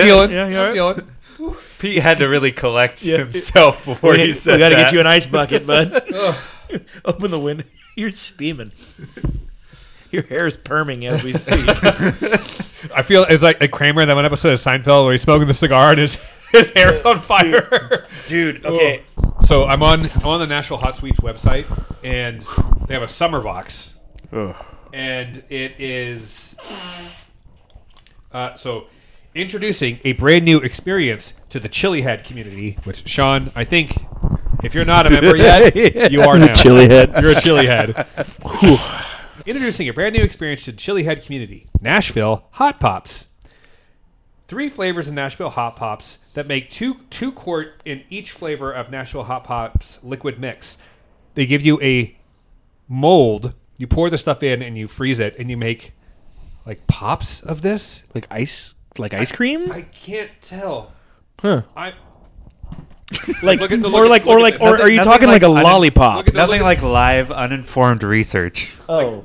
[SPEAKER 5] dealing. I'm dealing.
[SPEAKER 9] Pete had to really collect himself before
[SPEAKER 6] we
[SPEAKER 9] he said
[SPEAKER 6] got to
[SPEAKER 9] that.
[SPEAKER 6] get you an ice bucket, bud. Open the window. You're steaming. Your hair is perming as we speak.
[SPEAKER 5] I feel it's like a Kramer in that one episode of Seinfeld where he's smoking the cigar and his his hair is on fire.
[SPEAKER 4] dude. Okay,
[SPEAKER 5] So I'm on I'm on the National Hot Sweets website, and they have a summer box, and it is uh, so introducing a brand new experience to the Chili Head community. Which Sean, I think, if you're not a member yet, you are now.
[SPEAKER 4] head.
[SPEAKER 5] You're a chili head. Introducing a brand new experience to the chili head community Nashville Hot Pops. Three flavors of Nashville Hot Pops that make two, two quart in each flavor of Nashville Hot Pops liquid mix. They give you a mold. You pour the stuff in and you freeze it and you make like pops of this.
[SPEAKER 4] Like ice, like ice cream,
[SPEAKER 5] I can't tell.
[SPEAKER 4] Huh.
[SPEAKER 5] I
[SPEAKER 4] like
[SPEAKER 5] Look at the-
[SPEAKER 4] or
[SPEAKER 5] look
[SPEAKER 4] like
[SPEAKER 5] at-
[SPEAKER 4] or
[SPEAKER 5] look
[SPEAKER 4] like
[SPEAKER 5] at
[SPEAKER 4] or
[SPEAKER 5] the-
[SPEAKER 4] are you
[SPEAKER 9] nothing
[SPEAKER 4] talking like,
[SPEAKER 9] like-
[SPEAKER 4] a
[SPEAKER 9] I didn't-
[SPEAKER 4] lollipop?
[SPEAKER 5] look at
[SPEAKER 9] Nothing like
[SPEAKER 5] look
[SPEAKER 9] live, uninformed research.
[SPEAKER 4] oh,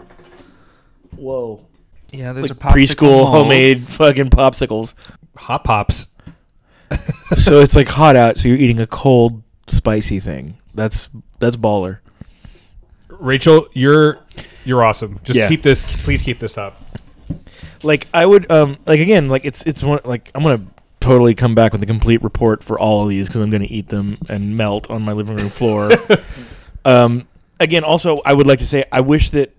[SPEAKER 4] whoa!
[SPEAKER 9] Yeah, there's
[SPEAKER 4] Like preschool homemade fucking popsicles.
[SPEAKER 5] at hot pops.
[SPEAKER 4] so it's like hot out, so you're eating a cold, spicy thing. That's that's baller.
[SPEAKER 5] Rachel, you're you're awesome. Just
[SPEAKER 4] Yeah.
[SPEAKER 5] keep this please keep this up.
[SPEAKER 4] Like I would um like again like it's it's one like I'm gonna totally come back with a complete report for all of these because I'm gonna eat them and melt on my living room floor. um again, also I would like to say I wish that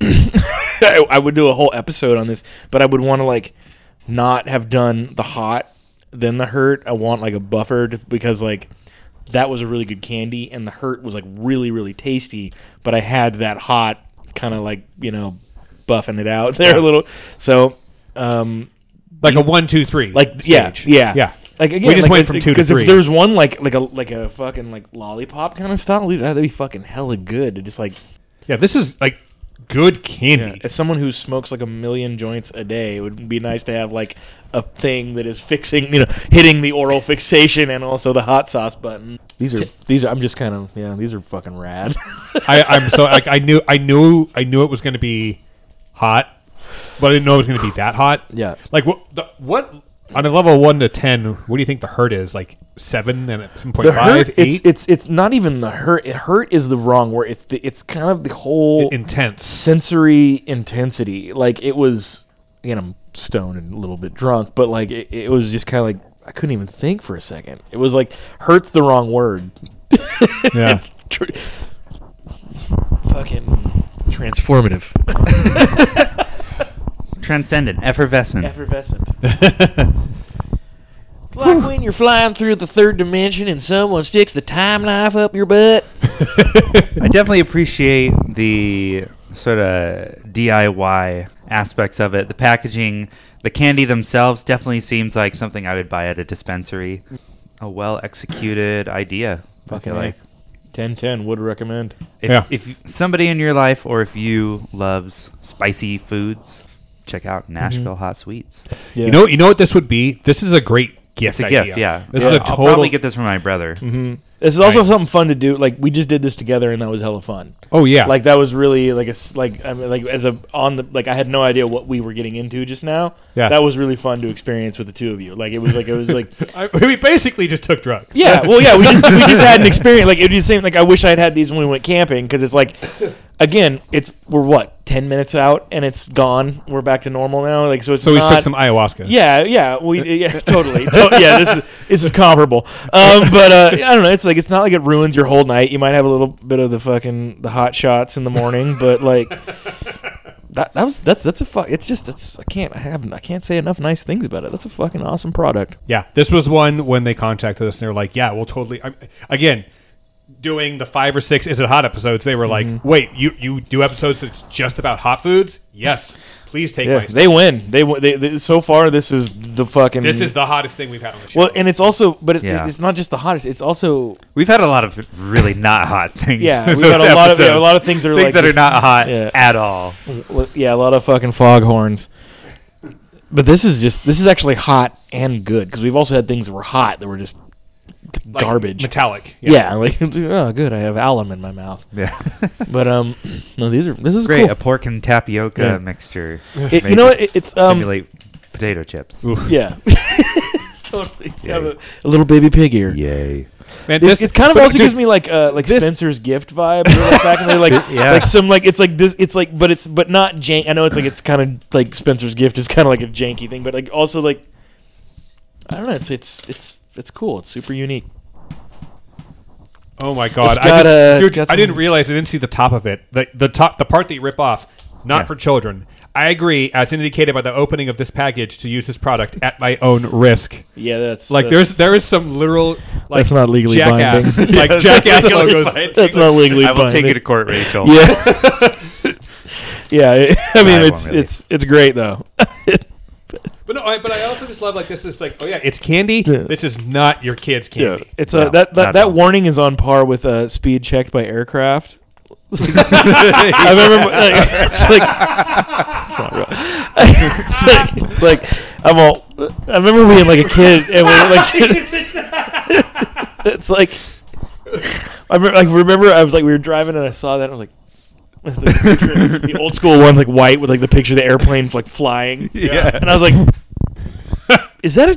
[SPEAKER 4] I, I would do a whole episode on this, but I would want to like not have done the hot then the hurt. I want like a buffer to- because like that was a really good candy and the hurt was like really really tasty, but I had that hot kind of like you know buffing it out there a little. So um
[SPEAKER 5] like a one, two, three.
[SPEAKER 4] like yeah
[SPEAKER 5] stage.
[SPEAKER 4] yeah
[SPEAKER 5] yeah.
[SPEAKER 4] Like again,
[SPEAKER 5] we just
[SPEAKER 4] like,
[SPEAKER 5] went
[SPEAKER 4] if-
[SPEAKER 5] from two to
[SPEAKER 4] because
[SPEAKER 5] three.
[SPEAKER 4] If there's one like like a like a fucking like lollipop kind of style, dude, that'd be fucking hella good to just like
[SPEAKER 5] yeah, this is like good candy.
[SPEAKER 4] As someone who smokes like a million joints a day, it would be nice to have like a thing that is fixing, you know, hitting the oral fixation and also the hot sauce button. These are these are. I'm just kind of yeah. These are fucking rad.
[SPEAKER 5] I, I'm so like I knew I knew I knew it was going to be hot, but I didn't know it was going to be that hot.
[SPEAKER 4] Yeah.
[SPEAKER 5] Like what? The, what on a level one to ten? What do you think the hurt is? Like seven and seven point
[SPEAKER 4] The hurt,
[SPEAKER 5] five,
[SPEAKER 4] it's,
[SPEAKER 5] eight.
[SPEAKER 4] it's it's not even the hurt. It hurt is the wrong word. It's the, it's kind of the whole
[SPEAKER 5] intense.
[SPEAKER 4] sensory intensity. Like it was, again, I'm stoned and a little bit drunk, but like it, it was just kind of like I couldn't even think for a second. It was like hurts the wrong word.
[SPEAKER 5] Yeah.
[SPEAKER 4] it's tr- fucking transformative,
[SPEAKER 9] Transcendent, effervescent.
[SPEAKER 4] effervescent. It's like when you're flying through the third dimension and someone sticks the time knife up your butt.
[SPEAKER 9] I definitely appreciate the sort of DIY aspects of it. The packaging, the candy themselves definitely seems like something I would buy at a dispensary. A well executed idea. I feel like.
[SPEAKER 4] A. Ten ten would recommend.
[SPEAKER 9] If,
[SPEAKER 5] Yeah.
[SPEAKER 9] if somebody in your life or if you loves spicy foods, check out Nashville Hot Sweets.
[SPEAKER 5] You know. You know what this would be? This is a great gift.
[SPEAKER 9] It's a
[SPEAKER 5] idea.
[SPEAKER 9] gift, yeah.
[SPEAKER 5] This
[SPEAKER 9] Yeah,
[SPEAKER 5] is a
[SPEAKER 9] I'll probably
[SPEAKER 5] total.
[SPEAKER 9] get this from my brother.
[SPEAKER 4] This is also something fun to do. Like we just did this together, and that was hella fun.
[SPEAKER 5] oh yeah.
[SPEAKER 4] Like that was really like a s- like I mean, like as a on the like I had no idea what we were getting into just now.
[SPEAKER 5] Yeah.
[SPEAKER 4] that was really fun to experience with the two of you. Like it was like it was like
[SPEAKER 5] I, we basically just took drugs.
[SPEAKER 4] yeah, well yeah we just we just had an experience. Like it was the same. Like I wish I'd had these when we went camping because it's like again it's we're what ten minutes out and it's gone. We're back to normal now. Like so it's
[SPEAKER 5] So we
[SPEAKER 4] not,
[SPEAKER 5] took some ayahuasca.
[SPEAKER 4] yeah, yeah, we yeah, totally. To- yeah, this is this is comparable. Um, but uh, I don't know. It's like it's not like it ruins your whole night. You might have a little bit of the fucking the hot shots in the morning, but like that that was that's that's a fuck. It's just that's I can't I have I can't say enough nice things about it. That's a fucking awesome product.
[SPEAKER 5] Yeah, this was one when they contacted us and they were like, "Yeah, we'll totally." I, again, doing the five or six Is It Hot episodes, they were
[SPEAKER 4] Mm-hmm.
[SPEAKER 5] like, wait, you, you do episodes that's just about hot foods? Yes. Please take my
[SPEAKER 4] Yeah,
[SPEAKER 5] stuff.
[SPEAKER 4] they win. They, win- they they so far this is the fucking
[SPEAKER 5] This is the hottest thing we've had on the show.
[SPEAKER 4] well, and it's also, but it's,
[SPEAKER 1] Yeah.
[SPEAKER 4] it's not just the hottest. It's also
[SPEAKER 1] We've had a lot of really not hot things.
[SPEAKER 4] Yeah,
[SPEAKER 1] in
[SPEAKER 4] we've had
[SPEAKER 1] those
[SPEAKER 4] a lot of- yeah, a
[SPEAKER 1] episodes.
[SPEAKER 4] lot of things that are like
[SPEAKER 1] that
[SPEAKER 4] just-
[SPEAKER 1] are not hot
[SPEAKER 4] yeah. Mm-hmm.
[SPEAKER 1] at all.
[SPEAKER 4] yeah, a lot of fucking foghorns. But this is just this is actually hot and good because we've also had things that were hot that were just
[SPEAKER 5] Like,
[SPEAKER 4] garbage.
[SPEAKER 5] Metallic.
[SPEAKER 4] yeah. like oh good, I have alum in my mouth.
[SPEAKER 1] Yeah,
[SPEAKER 4] But um, no, these are this is
[SPEAKER 1] great.
[SPEAKER 4] Cool.
[SPEAKER 1] A pork and tapioca
[SPEAKER 4] Yeah.
[SPEAKER 1] mixture.
[SPEAKER 4] It-
[SPEAKER 1] Made
[SPEAKER 4] you know
[SPEAKER 1] to
[SPEAKER 4] what? It- it's um,
[SPEAKER 1] simulate potato chips.
[SPEAKER 4] yeah, totally.
[SPEAKER 1] Yeah.
[SPEAKER 4] Have a, a little baby pig ear.
[SPEAKER 1] Yay!
[SPEAKER 5] Man,
[SPEAKER 4] This,
[SPEAKER 5] this-
[SPEAKER 4] it's kind of
[SPEAKER 5] but
[SPEAKER 4] also
[SPEAKER 5] dude,
[SPEAKER 4] gives me like uh, like Spencer's gift vibe. You know, like back in the day, like
[SPEAKER 1] Yeah.
[SPEAKER 4] like some like it's like this it's like but it's but not jank. I know it's like it's kind of like Spencer's gift is kind of like a janky thing, but like also like I don't know. It's it's it's it's cool. It's super unique.
[SPEAKER 5] Oh my god!
[SPEAKER 4] It's
[SPEAKER 5] I,
[SPEAKER 4] got
[SPEAKER 5] just,
[SPEAKER 4] a- it's
[SPEAKER 5] dude,
[SPEAKER 4] got
[SPEAKER 5] I didn't
[SPEAKER 4] some-
[SPEAKER 5] realize I didn't see the top of it. The, the top, the part that you rip off, not
[SPEAKER 1] Yeah.
[SPEAKER 5] for children. I agree, as indicated by the opening of this package, to use this product at my own risk.
[SPEAKER 4] Yeah, that's
[SPEAKER 5] Like
[SPEAKER 4] that's,
[SPEAKER 5] there's there is some literal like
[SPEAKER 4] That's not legally
[SPEAKER 5] jackass,
[SPEAKER 4] binding.
[SPEAKER 5] like
[SPEAKER 1] Yeah,
[SPEAKER 5] jackass
[SPEAKER 1] that's not legally
[SPEAKER 5] logos.
[SPEAKER 1] binding.
[SPEAKER 4] that's not legally.
[SPEAKER 1] I will take
[SPEAKER 4] binding.
[SPEAKER 1] you to court, Rachel.
[SPEAKER 4] Yeah, yeah. it- I mean,
[SPEAKER 1] won't
[SPEAKER 4] it's
[SPEAKER 1] really.
[SPEAKER 4] it's it's great though.
[SPEAKER 5] But no, I, but I also just love like this is like oh yeah, it's candy.
[SPEAKER 4] Yeah.
[SPEAKER 5] This is not your kids'
[SPEAKER 4] Yeah,
[SPEAKER 5] candy.
[SPEAKER 4] it's
[SPEAKER 1] No,
[SPEAKER 4] a that
[SPEAKER 1] not
[SPEAKER 4] that,
[SPEAKER 1] at
[SPEAKER 4] that
[SPEAKER 1] all.
[SPEAKER 4] warning is on par with uh, speed checked by aircraft. I remember like, it's like it's not real. it's like, it's like I'm all. I remember being like a kid and we like it's like I remember, like remember I was like we were driving and I saw that and I was like. the, picture- the old school one's like white with like the picture of the airplane like flying,
[SPEAKER 1] Yeah.
[SPEAKER 4] and I was like, "Is that a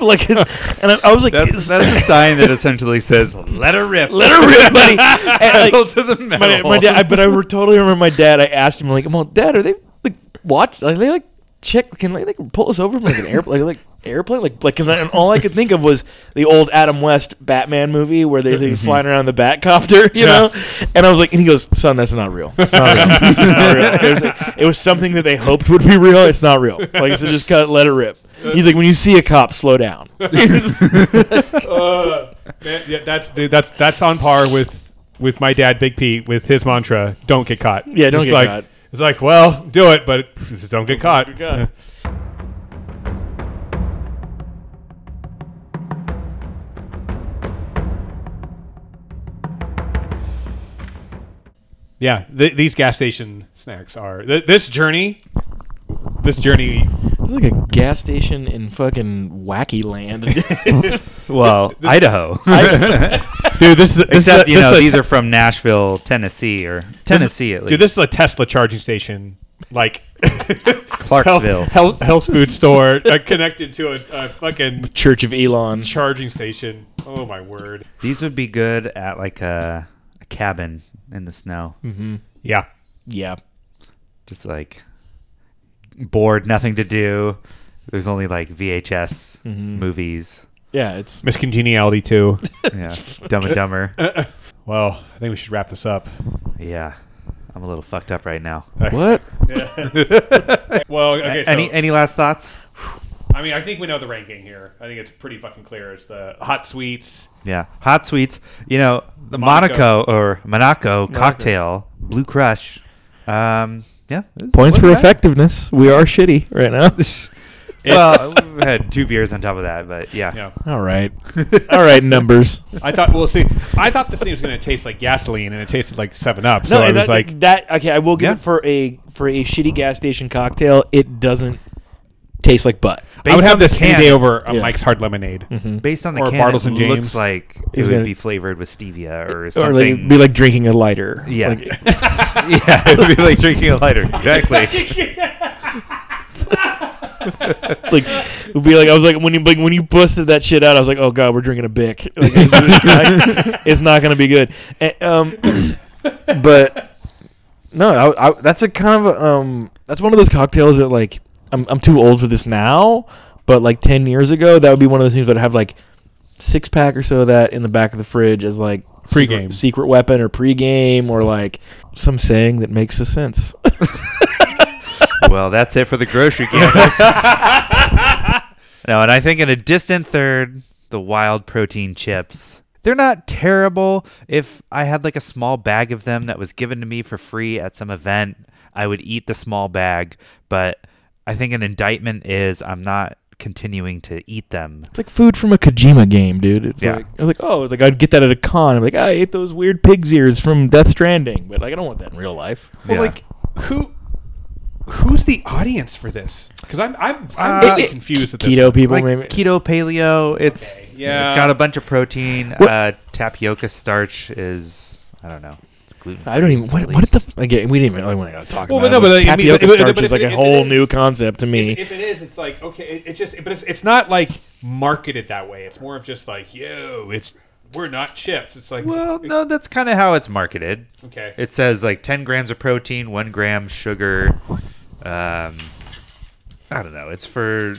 [SPEAKER 4] Like, and I, I was like,
[SPEAKER 1] That's,
[SPEAKER 4] "Is-
[SPEAKER 1] that's a sign that essentially says "Let her rip,
[SPEAKER 4] Let her rip, buddy. And, like,
[SPEAKER 1] Pedal to the metal.
[SPEAKER 4] my, my dad, I, but I re- totally remember my dad. I asked him like, "I'm all dad. Are they like watch? Are they like check? Can they like pull us over from like an airplane? Like, airplane? Like like?" And, I, and all I could think of was the old Adam West Batman movie where they they flying around the Batcopter, you know. And I was like, and he goes, "Son, that's not real. It's not real. It's not real. It, was, like- it was something that they hoped would be real. It's not real. Like so, just cut, let it rip." He's like, "When you see a cop, slow down."
[SPEAKER 5] Uh, man, yeah, that's dude, that's that's on par with with my dad, Big Pete, with his mantra: "Don't get caught."
[SPEAKER 4] Yeah, don't
[SPEAKER 5] It's
[SPEAKER 4] get
[SPEAKER 5] like,
[SPEAKER 4] caught.
[SPEAKER 5] It's like, well, do it, but pff, don't get caught.
[SPEAKER 4] caught.
[SPEAKER 5] Yeah, th- these gas station snacks are th- this journey. This journey,
[SPEAKER 4] like a gas station in fucking wacky land.
[SPEAKER 1] well, Idaho.
[SPEAKER 5] dude. This is this
[SPEAKER 1] Except you know these are from Nashville, Tennessee, or Tennessee at least.
[SPEAKER 5] Dude, this is a Tesla charging station, like
[SPEAKER 1] Clarksville.
[SPEAKER 5] health, health, health food store uh, connected to a, a fucking
[SPEAKER 4] Church of Elon.
[SPEAKER 5] charging station. Oh my word!
[SPEAKER 1] These would be good at like a, a cabin in the snow.
[SPEAKER 5] Yeah,
[SPEAKER 4] Yeah.
[SPEAKER 1] Just like bored, nothing to do. There's only like VHS movies.
[SPEAKER 4] Yeah, it's
[SPEAKER 5] Miss Congeniality too.
[SPEAKER 1] Yeah. Dumb and Dumber.
[SPEAKER 5] Uh. well, I think we should wrap this up.
[SPEAKER 1] Yeah. I'm a little fucked up right now.
[SPEAKER 4] what?
[SPEAKER 5] Well, okay. So,
[SPEAKER 1] any any last thoughts?
[SPEAKER 5] I mean, I think we know the ranking here. I think it's pretty fucking clear. It's the hot sweets.
[SPEAKER 1] Yeah. Hot sweets. You know, the
[SPEAKER 5] Monaco.
[SPEAKER 1] Monaco, or Monaco, cocktail, Blue Crush. Um, yeah. it was-
[SPEAKER 4] Points
[SPEAKER 1] wasn't
[SPEAKER 4] for
[SPEAKER 1] bad.
[SPEAKER 4] effectiveness. We are shitty right now. Uh,
[SPEAKER 1] Well, I had two beers on top of that, but yeah.
[SPEAKER 5] Yeah,
[SPEAKER 4] All right. All right, numbers.
[SPEAKER 5] I thought. Well, see, I thought this thing was going to taste like gasoline, and it tasted like Seven Up. So
[SPEAKER 4] No,
[SPEAKER 5] I
[SPEAKER 4] and
[SPEAKER 5] was
[SPEAKER 4] that,
[SPEAKER 5] like,
[SPEAKER 4] that okay, I will give
[SPEAKER 1] Yeah.
[SPEAKER 4] it for a for a shitty gas station cocktail, it doesn't taste like butt.
[SPEAKER 5] I would
[SPEAKER 1] Based
[SPEAKER 5] have
[SPEAKER 1] on the
[SPEAKER 5] this any
[SPEAKER 1] can- Mm-hmm.
[SPEAKER 5] day over a
[SPEAKER 4] Yeah.
[SPEAKER 5] Mike's Hard Lemonade.
[SPEAKER 1] Based on the
[SPEAKER 5] Or
[SPEAKER 1] can,
[SPEAKER 5] Bartles
[SPEAKER 1] it
[SPEAKER 5] and
[SPEAKER 1] looks
[SPEAKER 5] James.
[SPEAKER 1] like it
[SPEAKER 4] He's
[SPEAKER 1] would
[SPEAKER 4] gonna-
[SPEAKER 1] be flavored with stevia or
[SPEAKER 4] Or
[SPEAKER 1] something.
[SPEAKER 4] like be like drinking a lighter.
[SPEAKER 1] yeah,
[SPEAKER 4] Like,
[SPEAKER 1] yeah, it would be like drinking a lighter. Exactly.
[SPEAKER 4] it's like it would be like I was like when you like, when you busted that shit out, I was like, oh god, we're drinking a bic. Like, it's, it's not, it's not gonna be good. And, um, but no, I, I, that's a kind of a, um, that's one of those cocktails that like I'm I'm too old for this now, but like ten years ago, that would be one of those things that I'd have like six pack or so of that in the back of the fridge as like
[SPEAKER 5] Pre-game.
[SPEAKER 4] secret, secret weapon or pregame or like some saying that makes a sense.
[SPEAKER 1] well, that's it for the grocery gamblers. no, and I think in a distant third, the wild protein chips. They're not terrible. If I had like a small bag of them that was given to me for free at some event, I would eat the small bag. But I think an indictment is I'm not continuing to eat them.
[SPEAKER 4] It's like food from a Kojima game, dude. It's
[SPEAKER 1] Yeah.
[SPEAKER 4] like I was like, oh, like I'd get that at a con. I'm like, "Ah, I ate those weird pig's ears from Death Stranding, but like I don't want that in real life.
[SPEAKER 5] Well,
[SPEAKER 1] Yeah.
[SPEAKER 5] like who who's the audience for this? Because I'm I'm, I'm really confused at this.
[SPEAKER 4] Uh, Keto
[SPEAKER 5] point.
[SPEAKER 4] people,
[SPEAKER 1] like
[SPEAKER 4] maybe.
[SPEAKER 1] keto paleo it's
[SPEAKER 5] yeah.
[SPEAKER 1] it's got a bunch of protein uh tapioca starch is i don't know it's gluten
[SPEAKER 4] I don't even. What, what the? f- Again, we didn't even really want to talk
[SPEAKER 5] Well,
[SPEAKER 4] about
[SPEAKER 5] but
[SPEAKER 4] it.
[SPEAKER 5] no, but I mean,
[SPEAKER 4] tapioca
[SPEAKER 5] but- but-
[SPEAKER 4] starch
[SPEAKER 5] but
[SPEAKER 4] is like
[SPEAKER 5] if
[SPEAKER 4] a
[SPEAKER 5] it
[SPEAKER 4] whole
[SPEAKER 5] is-
[SPEAKER 4] new concept to me.
[SPEAKER 5] If, if it is, it's like okay, it, it's just, but it's it's not like marketed that way. It's more of just like yo, it's we're not chips. It's like
[SPEAKER 1] well no that's kind of how it's marketed
[SPEAKER 5] okay,
[SPEAKER 1] it says like 10 grams of protein 1 gram sugar um i don't know it's for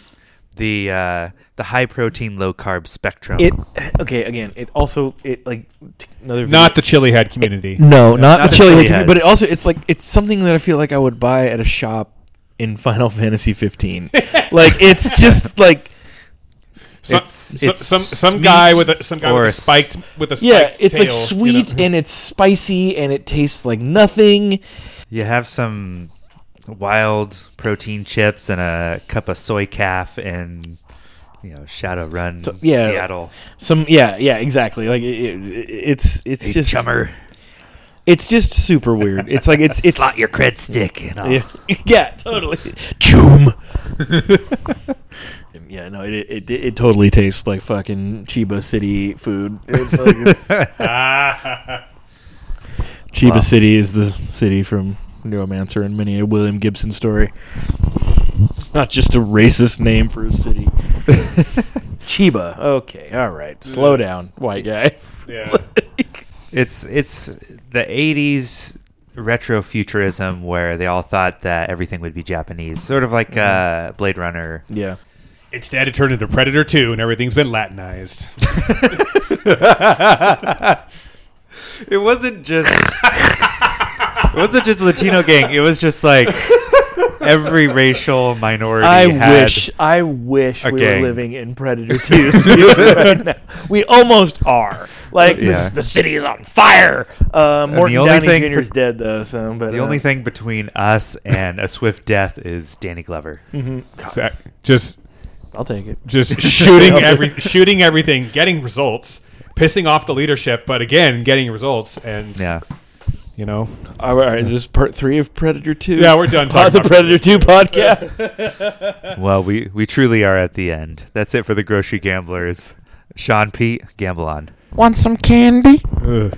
[SPEAKER 1] the uh the high protein low carb spectrum
[SPEAKER 4] it okay. Again, it also it like t- another
[SPEAKER 5] not the chili head community.
[SPEAKER 4] No, not,
[SPEAKER 1] not
[SPEAKER 4] the
[SPEAKER 1] the
[SPEAKER 4] chili,
[SPEAKER 1] chili
[SPEAKER 4] head,
[SPEAKER 1] head.
[SPEAKER 4] but it also it's like it's something that I feel like I would buy at a shop in Final Fantasy 15. like it's just like
[SPEAKER 5] Some,
[SPEAKER 1] It's-
[SPEAKER 5] some,
[SPEAKER 1] it's
[SPEAKER 5] some, some
[SPEAKER 1] sweet
[SPEAKER 5] guy with a some guy
[SPEAKER 1] or
[SPEAKER 5] with a
[SPEAKER 1] a s-
[SPEAKER 5] spiked with a
[SPEAKER 4] yeah,
[SPEAKER 5] spiked
[SPEAKER 4] it's like
[SPEAKER 5] tail, you know?
[SPEAKER 4] sweet and it's spicy and it tastes like nothing.
[SPEAKER 1] you have some wild protein chips and a cup of soy calf and you know shadow run
[SPEAKER 4] So- yeah.
[SPEAKER 1] seattle
[SPEAKER 4] Some yeah, yeah, exactly. Like it, it, it's it's
[SPEAKER 1] Hey,
[SPEAKER 4] just
[SPEAKER 1] chummer
[SPEAKER 4] it's just super weird. It's like it's it's
[SPEAKER 1] slot your cred stick and all.
[SPEAKER 4] yeah, yeah, totally. Choom. yeah, no, it, it it it totally tastes like fucking Chiba City food. It's like it's, Chiba City is the city from Neuromancer and many a William Gibson story. It's not just a racist name for a city. Chiba. Okay, all right. Slow down, white guy.
[SPEAKER 5] Yeah.
[SPEAKER 1] It's it's the '80s retro futurism where they all thought that everything would be Japanese, sort of like uh, Blade Runner.
[SPEAKER 4] yeah.
[SPEAKER 5] Instead, it turned into Predator 2, and everything's been Latinized.
[SPEAKER 1] It wasn't just it wasn't just Latino gang. It was just like every racial minority.
[SPEAKER 4] I
[SPEAKER 1] had-
[SPEAKER 4] wish I wish
[SPEAKER 1] a
[SPEAKER 4] we
[SPEAKER 1] gang.
[SPEAKER 4] were living in Predator 2's future right now. We almost are. Like
[SPEAKER 1] Yeah.
[SPEAKER 4] this, the city is on fire. Uh, Morton
[SPEAKER 1] only
[SPEAKER 4] Downey
[SPEAKER 1] thing
[SPEAKER 4] Jr. is
[SPEAKER 1] pr-
[SPEAKER 4] dead though, so but
[SPEAKER 1] The
[SPEAKER 4] uh,
[SPEAKER 1] only thing between us and a swift death is Danny Glover.
[SPEAKER 5] Exact- Just,
[SPEAKER 4] mm-hmm. I'll take it.
[SPEAKER 5] just shooting every, shooting everything, getting results, pissing off the leadership, but again, getting results, and
[SPEAKER 1] Yeah.
[SPEAKER 5] you know,
[SPEAKER 4] All right, is this part three of Predator Two?
[SPEAKER 5] Yeah, we're done talking
[SPEAKER 4] the
[SPEAKER 5] about
[SPEAKER 4] Predator Two podcast.
[SPEAKER 1] Well, we we truly are at the end. That's it for the grocery gamblers. Sean Pete, gamble on.
[SPEAKER 10] Want some candy?
[SPEAKER 5] ugh.